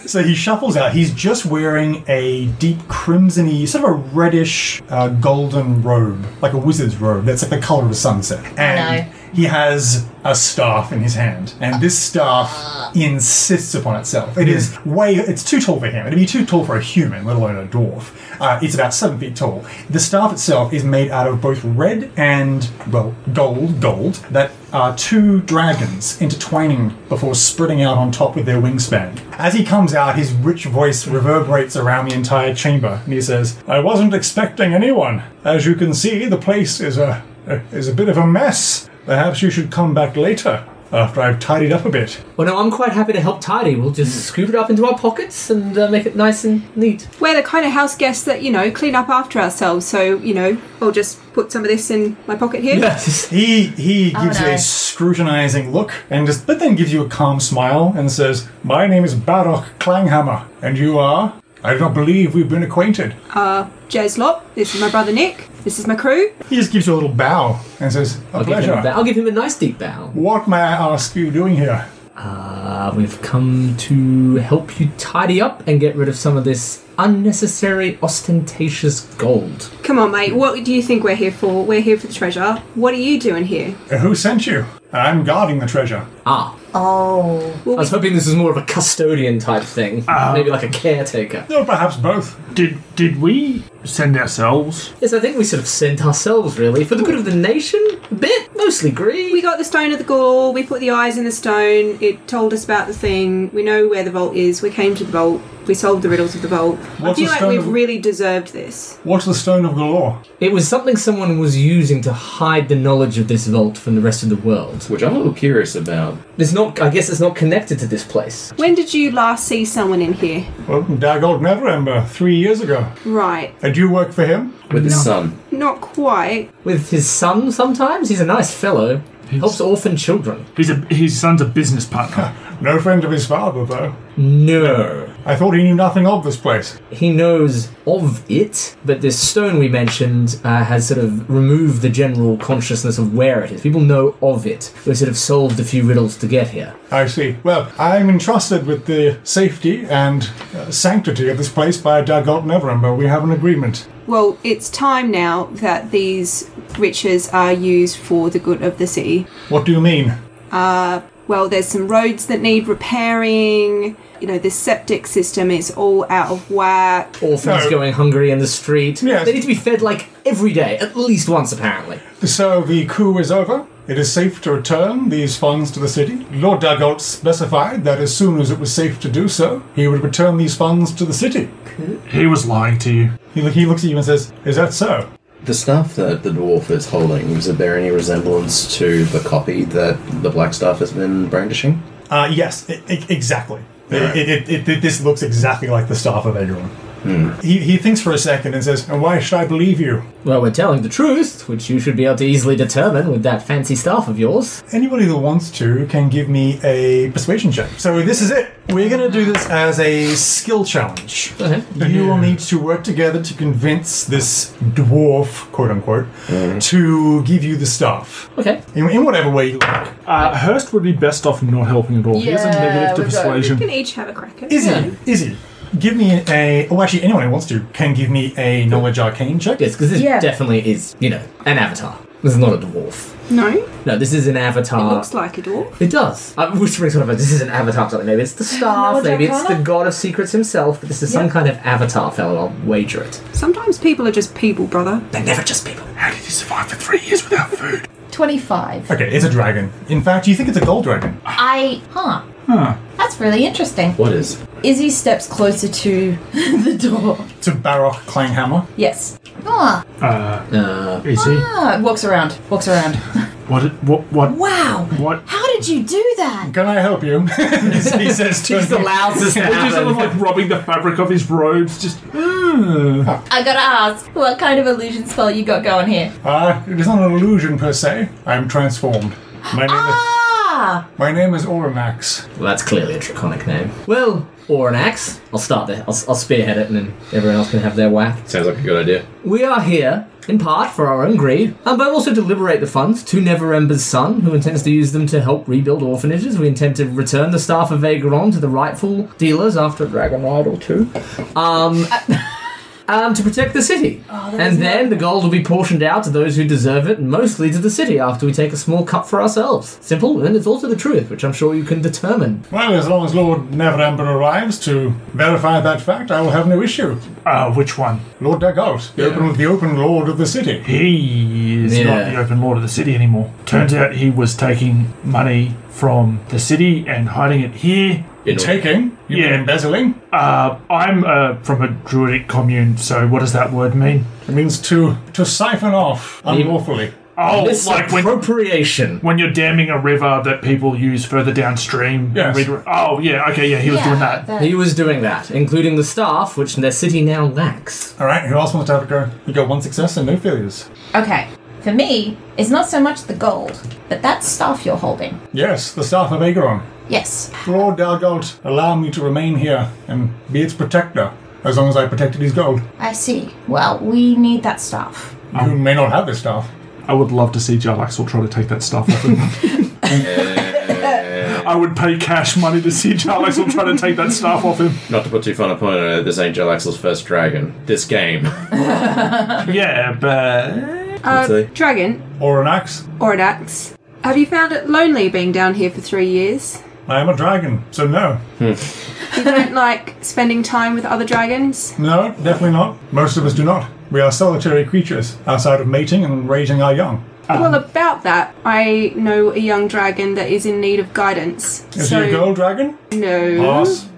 So he shuffles out. He's just wearing a deep crimsony, sort of a reddish uh, golden robe, like a wizard's robe. That's like the color of a sunset. And he has a staff in his hand, and this staff insists upon itself. It is way. It's too tall for him. It'd be too tall for a human, let alone a dwarf. Uh, it's about seven feet tall. The staff itself is made out of both red and well gold, gold that are two dragons intertwining before spreading out on top with their wingspan. As he comes out, his rich voice reverberates around the entire chamber, and he says, "I wasn't expecting anyone. As you can see, the place is a is a bit of a mess. Perhaps you should come back later." After I've tidied up a bit.
Well, no, I'm quite happy to help tidy. We'll just scoop it up into our pockets and uh, make it nice and neat.
We're the kind of house guests that, you know, clean up after ourselves. So, you know, I'll just put some of this in my pocket here.
Yes.
He he gives you a
no.
scrutinizing look and just but then gives you a calm smile and says, My name is Barok Klanghammer, and you are? I do not believe we've been acquainted.
Uh, Jez Lop. This is my brother Nick. This is my crew.
He just gives you a little bow and says, A
I'll give, him a bow.
pleasure.
I'll give him a nice deep bow.
What may I ask you doing here?
Uh, we've come to help you tidy up and get rid of some of this unnecessary, ostentatious gold.
Come on, mate. What do you think we're here for? We're here for the treasure. What are you doing here?
Who sent you? I'm guarding the treasure.
Ah,
Oh.
I was hoping this was more of a custodian type thing, maybe like a caretaker.
Or perhaps both.
Did did we send ourselves?
Yes, I think we sort of sent ourselves really for the good of the nation. A bit, mostly
We
greed.
got the stone of the gore. We put the eyes in the stone. It told us about the thing. We know where the vault is. We came to the vault. We solved the riddles of the vault. I
What's
feel
the
like
stone
we've
of-
really deserved this.
What's the stone of galore?
It was something someone was using to hide the knowledge of this vault from the rest of the world.
Which I'm a little curious about.
It's not. I guess it's not connected to this place.
When did you last see someone in here?
Welcome Dag Old Never Ember, three years ago.
Right.
And you work for him?
With the sun.
Not quite.
With his son, sometimes he's a nice fellow. Helps orphan children.
He's a his son's a business partner.
No friend of his father, though.
No.
I thought he knew nothing of this place.
he knows of it, but this stone we mentioned uh, has sort of removed the general consciousness of where it is. People know of it. We sort of solved a few riddles to get here.
I see. Well, I'm entrusted with the safety and uh, sanctity of this place by Dagolt Neverember. uh, We have an agreement.
Well, it's time now that these riches are used for the good of the city.
What do you mean?
Well, there's some roads that need repairing. You know, the septic system is all out of whack.
Orphans
No.
going hungry in the street.
Yes.
They need to be fed like every day, at least once apparently.
So the coup is over. It is safe to return these funds to the city. Lord Dagolt specified that as soon as it was safe to do so, he would return these funds to the city.
He was lying to you.
He, he looks at you and says, Is that so?
The stuff that the dwarf is holding, is there any resemblance to the copy that the black staff has been brandishing?
Uh, yes, i i exactly. It, it, it, it, this looks exactly like the staff of Aegon. He, he thinks for a second and says, And why should I believe you?
Well, we're telling the truth, which you should be able to easily determine with that fancy staff of yours.
Anybody that wants to can give me a persuasion check. So this is it. We're going to do this as a skill challenge.
Okay.
You will need to work together to convince this dwarf, quote unquote,
Mm.
to give you the staff
Okay.
in, in whatever way you like.
Uh, Hurst would be best off not helping at all. he has a
Yeah,
negative to
we've got-
We
persuasion.
can each have a crack at it.
Izzy, Izzy, give me a. Oh, actually, anyone who wants to can give me a knowledge arcane check.
Yes, because this
Yeah.
definitely is, you know, an avatar. This is not a dwarf.
No, it
No, this is an
Uh,
avatar.
looks like a dwarf.
It does. Uh, which brings one of us. This is an avatar something. Maybe it's the staff.
Lord
maybe it's the
Arcana?
god of secrets himself. But this is some
Yeah.
kind of avatar fellow. I'll wager it.
Sometimes people are just people, brother.
They're never just people.
How did he survive for three years without food?
25.
Okay, it's a dragon. In fact, you think it's a gold dragon.
I. Huh.
Huh.
That's really interesting.
What is?
Izzy steps closer to the door.
It's a Barok Clanghammer.
Yes. Ah,
Uh,
Uh,
is he?
ah. Walks around. Walks around.
What? What? What?
Wow.
What?
How did you do that?
Can I help you? he says to him.
loudest
Which is sort of like rubbing the fabric of his robes. Just. "Mm."
I gotta ask, what kind of illusion spell you got going here?
Uh, it is not an illusion per se. I am transformed. My name,
Ah!
is, my name is Oramax.
Well, that's clearly a draconic name. Well, or an axe. I'll start there. I'll, I'll spearhead it, and then everyone else can have their whack.
Sounds like a good idea.
We are here, in part, for our own greed, um, but also to liberate the funds to Neverember's son, who intends to use them to help rebuild orphanages. We intend to return the staff of Vageron to the rightful dealers after a dragon ride or two. Um. Um, to protect the city. and then the gold will be portioned out to those who deserve it, mostly to the city, after we take a small cut for ourselves. Simple, and it's also the truth, which I'm sure you can determine.
Well, as long as Lord Neverember arrives to verify that fact, I will have no issue.
Uh, which one?
Lord Dagos, the, open, the open lord of the city.
He is not
Yeah.
the open lord of the city anymore. Turns out he was taking money from the city and hiding it here.
In
Taking? You've
Yeah.
been embezzling?
Uh, I'm uh, from a druidic commune, so what does that word mean?
It means to to siphon off unlawfully.
Oh, like when,
Misappropriation.
when you're damming a river that people use further downstream. and
Yes.
redir- Oh, yeah, okay, yeah, he was doing that.
He was doing that, including the staff, which their city now lacks.
All right, who else wants to have a go? You got one success and no failures.
Okay. For me, it's not so much the gold, but that staff you're holding.
Yes, the staff of Aegeron.
Yes.
Lord Dalgalt, allow me to remain here and be its protector, as long as I protected his gold.
I see. Well, we need that staff.
You may not have this staff.
I would love to see Jarlaxle try to take that stuff off him. I would pay cash money to see Jarlaxle try to take that stuff off him.
Not to put too fine a point on it, this ain't Joe Axel's first dragon. This game.
Yeah, but.
Uh,
Let's see.
dragon,
Or an axe.
or an axe. Have you found it lonely being down here for three years?
I am a dragon, so no.
You don't like spending time with other dragons?
No, definitely not. Most of us do not. We are solitary creatures, outside of mating and raising our young.
well, about that, I know a young dragon that is in need of guidance.
Is
so,
he a Oh, gold dragon?
No.
Yes.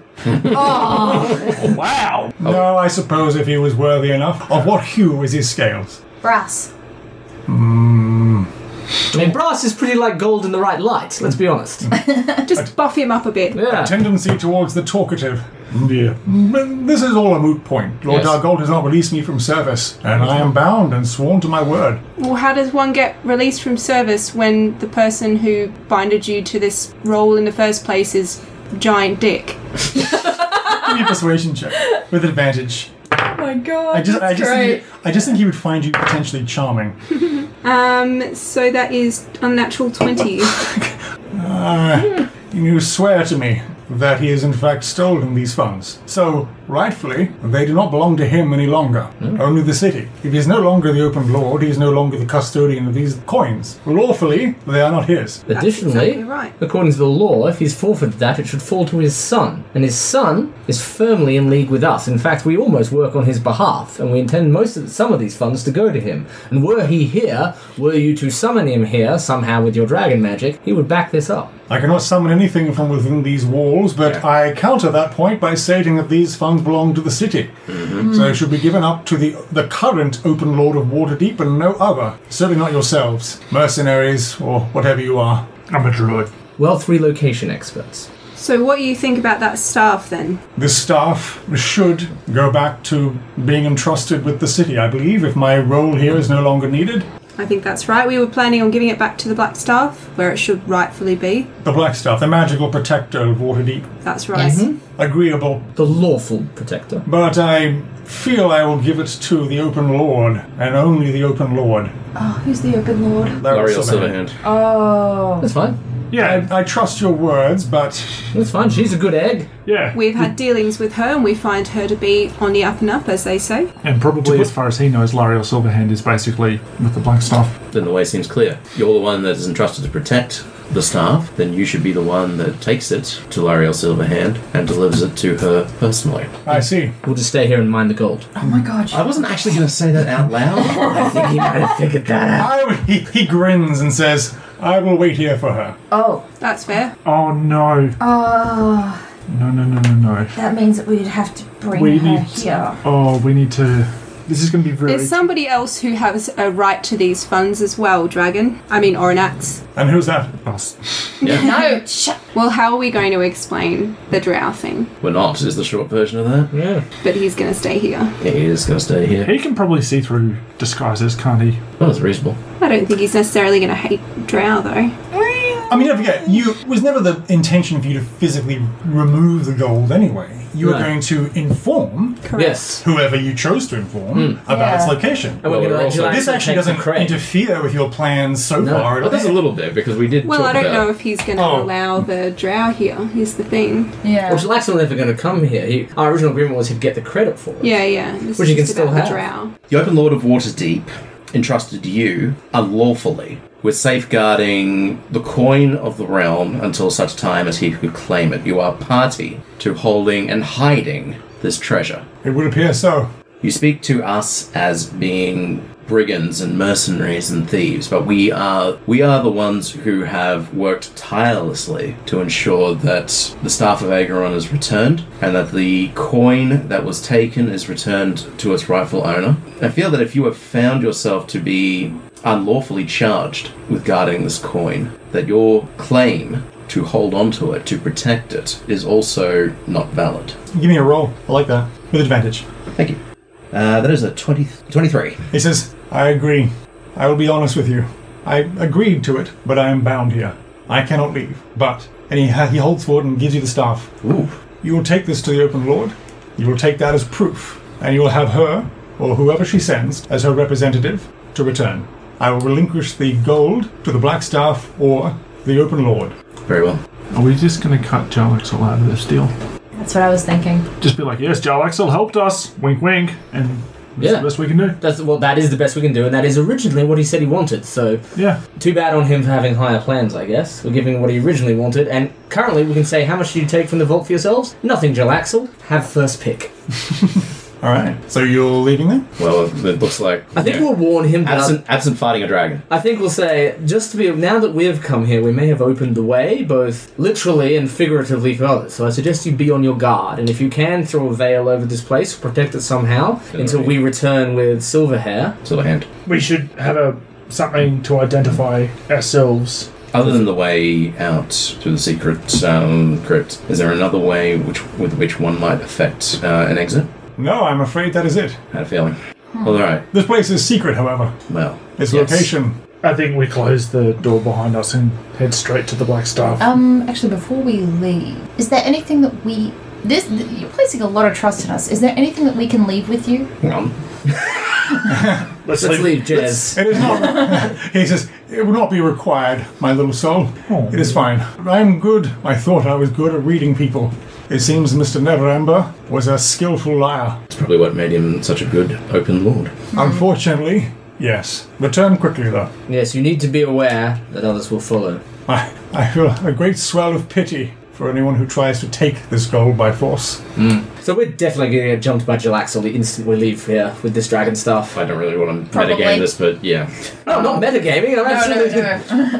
Wow!
No, I suppose if he was worthy enough. Of what hue is his scales?
Brass.
Oh
I mean, brass is pretty like gold in the right light, let's be honest.
Just buff him up a bit.
Yeah.
Tendency towards the talkative.
Yeah.
But this is all a moot point. Lord
Yes.
Dargold has not released me from service, and I am bound and sworn to my word.
Well, how does one get released from service when the person who binded you to this role in the first place is giant dick?
Give me a persuasion check with advantage.
Oh my god.
I just, I just, think, I just think he would find you potentially charming.
Um, so that is unnatural 20.
You swear to me that he has in fact stolen these funds. So, rightfully, they do not belong to him any longer, only the city. If he is no longer the open lord, he is no longer the custodian of these coins. Lawfully, they are not his.
Additionally,
exactly right.
according to the law, if he's forfeited that, it should fall to his son. And his son is firmly in league with us. In fact, we almost work on his behalf, and we intend most of some of these funds to go to him. And were he here, were you to summon him here somehow with your dragon magic, he would back this up.
I cannot summon anything from within these walls, but I counter that point by stating that these funds belong to the city.
Mm-hmm.
So they should be given up to the the current open lord of Waterdeep and no other. Certainly not yourselves, mercenaries or whatever you are.
I'm a druid.
Wealth relocation experts.
So, what do you think about that staff then?
This staff should go back to being entrusted with the city, I believe, if my role here is no longer needed.
I think that's right. We were planning on giving it back to the black staff, where it should rightfully be.
The black staff, the magical protector of Waterdeep.
That's right.
Mm-hmm.
Agreeable.
The lawful protector.
But I feel I will give it to the open lord, and only the open lord.
Oh, Who's the open lord?
Larry
L'Oreal Silverhand.
Oh.
That's fine.
Yeah,
I, I trust your words, but
That's fine. She's a good egg.
yeah.
We've had dealings with her and we find her to be on the up and up, as they say.
And probably, as far as he knows, L'Oreal Silverhand is basically with the black staff.
Then the way seems clear. You're the one that is entrusted to protect the staff, then you should be the one that takes it to L'Oreal Silverhand and delivers it to her personally.
I see.
We'll just stay here and mine the gold.
Oh my god.
I wasn't actually going to say that out loud.
I think he might have figured that out.
I, he, he grins and says, I will wait here for her.
Oh.
That's fair.
Oh, no.
Oh.
No, no, no, no, no.
That means that we'd have to bring
We
her
need-
here.
Oh, we need to.
This is going to be very.
There's somebody else who has a right to these funds as well, Dragon. I mean, Oranax.
and who's that? Us.
No, shut.
Well, how are we going to explain the drow thing?
We're not, is the short version of that.
Yeah.
But he's going to stay here.
Yeah, he is going to stay here.
He can probably see through disguises, can't he?
Well, it's reasonable.
I don't think he's necessarily going to hate drow, though.
I mean, don't forget, you it was never the intention for you to physically remove the gold anyway. You were
No.
going to inform
Yes.
whoever you chose to inform about
Yeah.
its location.
And we're
Well,
gonna
we're
let
also-
July
This
This actually
take the
doesn't
credit.
interfere with your plans so
No.
far. at
Well, there's a
all.
little bit because we did
Well,
talk
I don't
about.
know if he's going to
Oh.
allow the drow here, is the thing.
Yeah.
Well, Shalax's never going to come here. He, our original agreement was he'd get the credit for it.
Yeah, yeah. This is
Which he can
just
still
about
have.
The drow.
The Open Lord of Waterdeep entrusted you unlawfully with safeguarding the coin of the realm until such time as he could claim it. You are party to holding and hiding this treasure.
It would appear so.
You speak to us as being brigands and mercenaries and thieves, but we are we are the ones who have worked tirelessly to ensure that the staff of Agaron is returned and that the coin that was taken is returned to its rightful owner. I feel that if you have found yourself to be unlawfully charged with guarding this coin, that your claim to hold onto it, to protect it, is also not valid.
Give me a roll. I like that. With advantage.
Thank you. Uh, that is a 20, 23.
He says, I agree. I will be honest with you. I agreed to it, but I am bound here. I cannot leave. But. And he, ha- he holds forward and gives you the staff.
Ooh.
You will take this to the Open Lord. You will take that as proof. And you will have her, or whoever she sends, as her representative to return. I will relinquish the gold to the Black Staff or the Open Lord.
Very well.
Are we just going to cut Jarlaxle out of this deal?
That's what I was thinking.
Just be like, yes, Jarlaxle helped us, wink wink, and that's
Yeah.
the best we can do.
That's well. That is the best we can do, and that is originally what he said he wanted. So,
Yeah.
too bad on him for having higher plans. I guess we're giving what he originally wanted, and currently we can say how much do you take from the vault for yourselves? Nothing, Jalaxel. Have first pick.
All right. So you're leaving then?
Well, it looks like.
I think
you know,
we'll warn him. but
absent, absent fighting a dragon.
I think we'll say just to be now that we've come here, we may have opened the way, both literally and figuratively for others. So I suggest you be on your guard, and if you can, throw a veil over this place, protect it somehow until we return with Silverhair.
Silver hand.
We should have a something to identify ourselves.
Other than the way out through the secret um, crypt, is there another way which with which one might affect uh, an exit?
No, I'm afraid that is it.
I had a feeling.
Hmm.
Well, all right.
This place is secret, however.
Well,
Its
yes.
location.
I think we close the door behind us and head straight to the black staff.
Um, actually, before we leave, is there anything that we this th- you're placing a lot of trust in us? Is there anything that we can leave with you?
Hang on.
Let's,
Let's leave, Jez.
It is not. he says, It will not be required, my little soul. It is fine. I am good. I thought I was good at reading people. It seems Mr. Neverember was a skillful liar.
It's probably what made him such a good open lord.
Unfortunately, yes. Return quickly, though.
Yes, you need to be aware that others will follow.
I, I feel a great swell of pity for anyone who tries to take this gold by force.
So we're definitely going to get jumped by Jalaxel the instant we leave here with this dragon stuff.
I don't really want to
Probably.
metagame this, but yeah.
No, I'm not metagaming. I'm absolutely.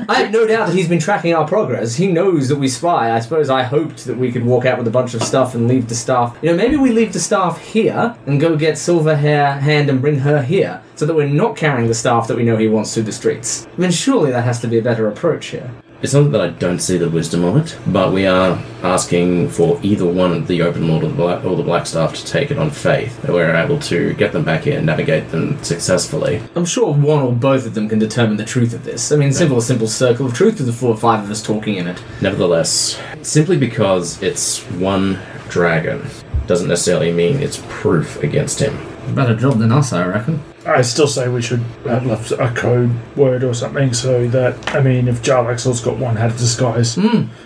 I have no doubt that he's been tracking our progress. He knows that we spy. I suppose I hoped that we could walk out with a bunch of stuff and leave the staff. You know, maybe we leave the staff here and go get Silver Hair Hand and bring her here, so that we're not carrying the staff that we know he wants through the streets. I mean, surely that has to be a better approach here.
It's not that I don't see the wisdom of it, but we are asking for either one of the Open Lord or the Black, or the Black Staff to take it on faith. That we're able to get them back here and navigate them successfully.
I'm sure one or both of them can determine the truth of this. I mean, simple, simple circle of truth with the four or five of us talking in it.
Nevertheless, simply because it's one dragon doesn't necessarily mean it's proof against him.
Better job than us, I reckon.
I still say we should have left a code word or something so that, I mean, if Jarlaxle's got one hat of disguise,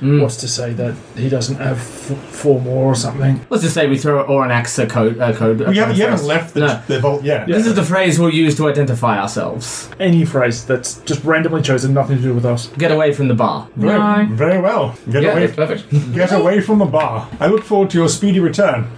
what's to say that he doesn't have f- four more or something?
Let's just say we throw Oranax a code. A code
You haven't, you haven't left the,
No.
the vault yet.
This is the phrase we'll use to identify ourselves.
Any phrase that's just randomly chosen, nothing to do with us.
Get away from the bar.
Very, very well. Get,
Yeah,
away,
it's perfect.
get away from the bar. I look forward to your speedy return.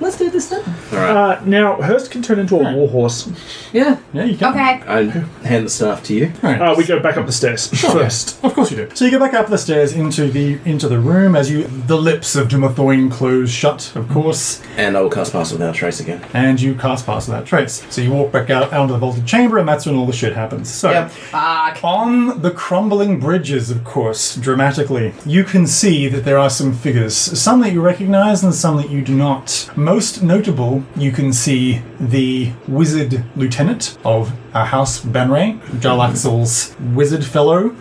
Let's do this then.
All right.
Uh, now, Hurst can turn into a warhorse.
Yeah.
Yeah, you can.
Okay.
I hand the staff to you.
Uh, we go back up the stairs first.
Of course you do. So you go back up the stairs into the into the room as you the lips of Dumathoin close shut, of course,
And I will cast Pass Without Trace again.
and you cast past without trace. So you walk back out onto the vaulted chamber, and that's when all the shit happens. So
Ah,
on the crumbling bridges, of course, dramatically, you can see that there are some figures, some that you recognize and some that you do not. Most notable, you can see the wizard lieutenant of our house, Benray, Jarlaxle's wizard fellow,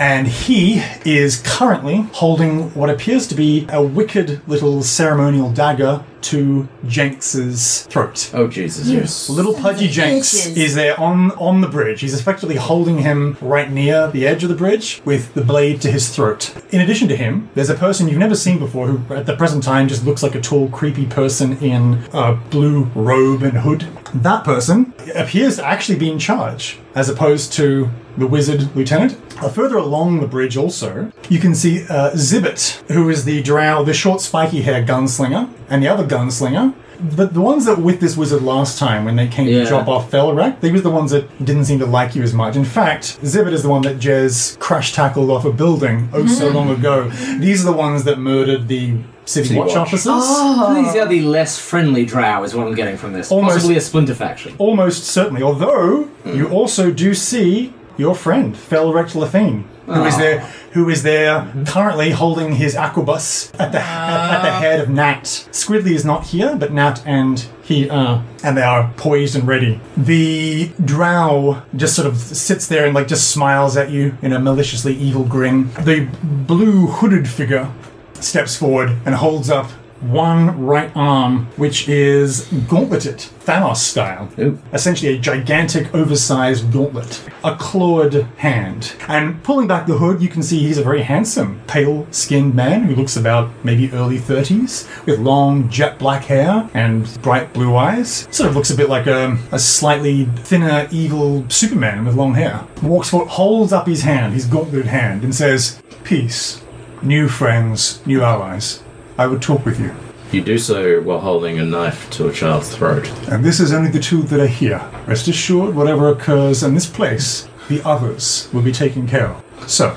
and he is currently holding what appears to be a wicked little ceremonial dagger to Jenks's throat.
Oh, Jesus, yes.
Little Pudgy Jenks
bitches.
is there on on the bridge. He's effectively holding him right near the edge of the bridge with the blade to his throat. In addition to him, there's a person you've never seen before who, at the present time, just looks like a tall, creepy person in a blue robe and hood. That person appears to actually be in charge, as opposed to the wizard lieutenant. Uh, further along the bridge, also, you can see uh, Zibbet, who is the drow, the short, spiky hair gunslinger, and the other gunslinger. The, the ones that were with this wizard last time when they came
Yeah.
to drop off Felrak, they were the ones that didn't seem to like you as much. In fact, Zibbet is the one that Jez crash tackled off a building oh so long ago. These are the ones that murdered the city,
City
watch, Oh.
watch.
officers.
These are the less friendly drow, is what I'm getting from this.
Almost-
Possibly a splinter faction.
Almost certainly. Although you also do see your friend Felrecht Lathine, who is there, who is there currently holding his aquabus at the at, at the head of Nat. Squidley is not here, but Nat and he are, and they are poised and ready. The Drow just sort of sits there and like just smiles at you in a maliciously evil grin. The blue hooded figure steps forward and holds up one right arm, which is gauntleted, Thanos style.
Ooh.
Essentially, a gigantic, oversized gauntlet. A clawed hand. And pulling back the hood, you can see he's a very handsome, pale skinned man who looks about maybe early 30s, with long, jet black hair and bright blue eyes. Sort of looks a bit like a, a slightly thinner, evil Superman with long hair. Walks forward, holds up his hand, his gauntleted hand, and says, Peace new friends, new allies. I would talk with you.
You do so while holding a knife to a child's throat.
And this is only the two that are here. Rest assured, whatever occurs in this place, the others will be taken care of. So,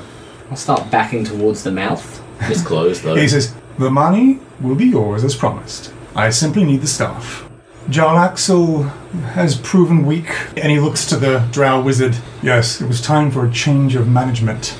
I'll start backing towards the mouth.
It's closed, though.
he says, the money will be yours as promised. I simply need the staff. Jarl Axel has proven weak, and he looks to the drow wizard. Yes, it was time for a change of management.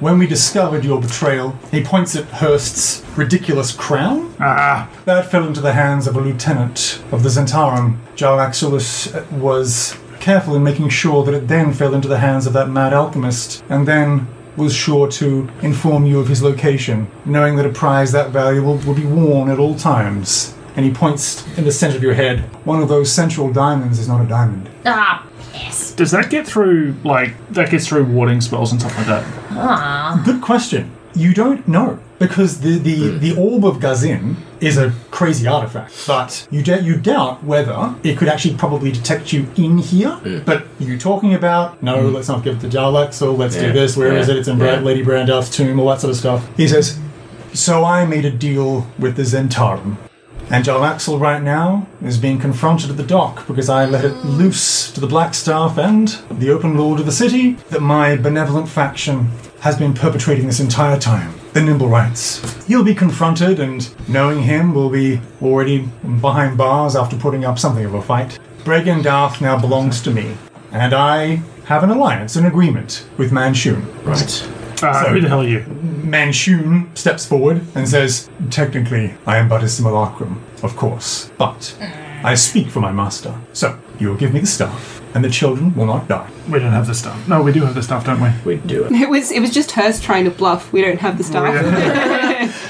When we discovered your betrayal, he points at Hurst's ridiculous crown
Ah,
That fell into the hands of a lieutenant of the Zentarum. Jarl Axulus uh, was careful in making sure that it then fell into the hands of that mad alchemist, and then was sure to inform you of his location, knowing that a prize that valuable will be worn at all times. And he points in the center of your head. One of those central diamonds is not a diamond.
Ah,
does that get through, like, that gets through warding spells and stuff like that?
Good question. You don't know because the the,
Mm.
the orb of Gazin is a crazy artifact, but you de- you doubt whether it could actually probably detect you in here. But you talking about no, let's not give it to Dalek, or let's do
Mm. Yeah,
this. Where is
yeah,
it? It's in Bra-
yeah.
Lady Brandalf's tomb, all that sort of stuff. He says, "So I made a deal with the Zentarum." And Jarl Axel right now is being confronted at the dock because I let it loose to the Blackstaff and the open lord of the city that my benevolent faction has been perpetrating this entire time. The Nimble Rights. He'll be confronted, and knowing him, will be already behind bars after putting up something of a fight. Bregan Darth now belongs to me, and I have an alliance, an agreement with Manchun.
Right.
Uh,
So-
who the hell are you?
Manchun steps forward and says, Technically, I am but a simulacrum, of course, but I speak for my master. So, you will give me the staff, and the children will not die.
We don't have the stuff. No, we do have the stuff, don't we?
We do it.
It was it was just hers trying to bluff. We don't have the staff.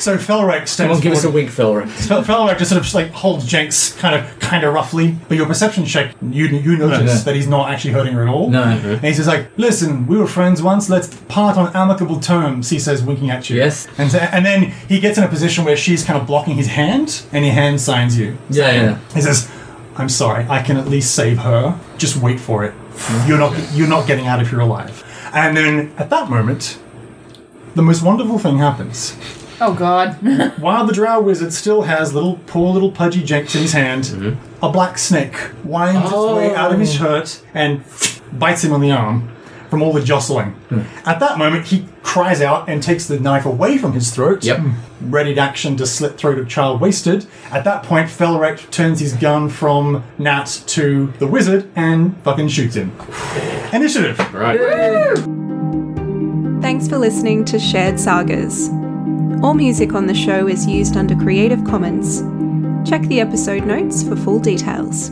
So, Felrek
Come
steps
on, give us a
forward.
wink, Felric.
Fel- Felrek just sort of like holds Jenks kind of kind of roughly, but your perception check, you you notice
yeah.
that he's not actually hurting her at all.
No.
And he's just like, listen, we were friends once, let's part on amicable terms, he says, winking at you.
Yes.
And, so, and then he gets in a position where she's kind of blocking his hand, and he hand signs you.
Yeah, yeah.
He says, "I'm sorry. I can at least save her. Just wait for it. You're not. You're not getting out of here alive." And then at that moment, the most wonderful thing happens.
Oh god.
While the drow wizard still has little poor little pudgy Jenks in his hand, a black snake winds its way out of his shirt and bites him on the arm from all the jostling. At that moment, he cries out and takes the knife away from his throat.
Yep.
Readied action to slit throat of child wasted. At that point, Felrek turns his gun from Nat to the wizard and fucking shoots him. Initiative.
Right.
Thanks for listening to Shared Sagas. All music on the show is used under Creative Commons. Check the episode notes for full details.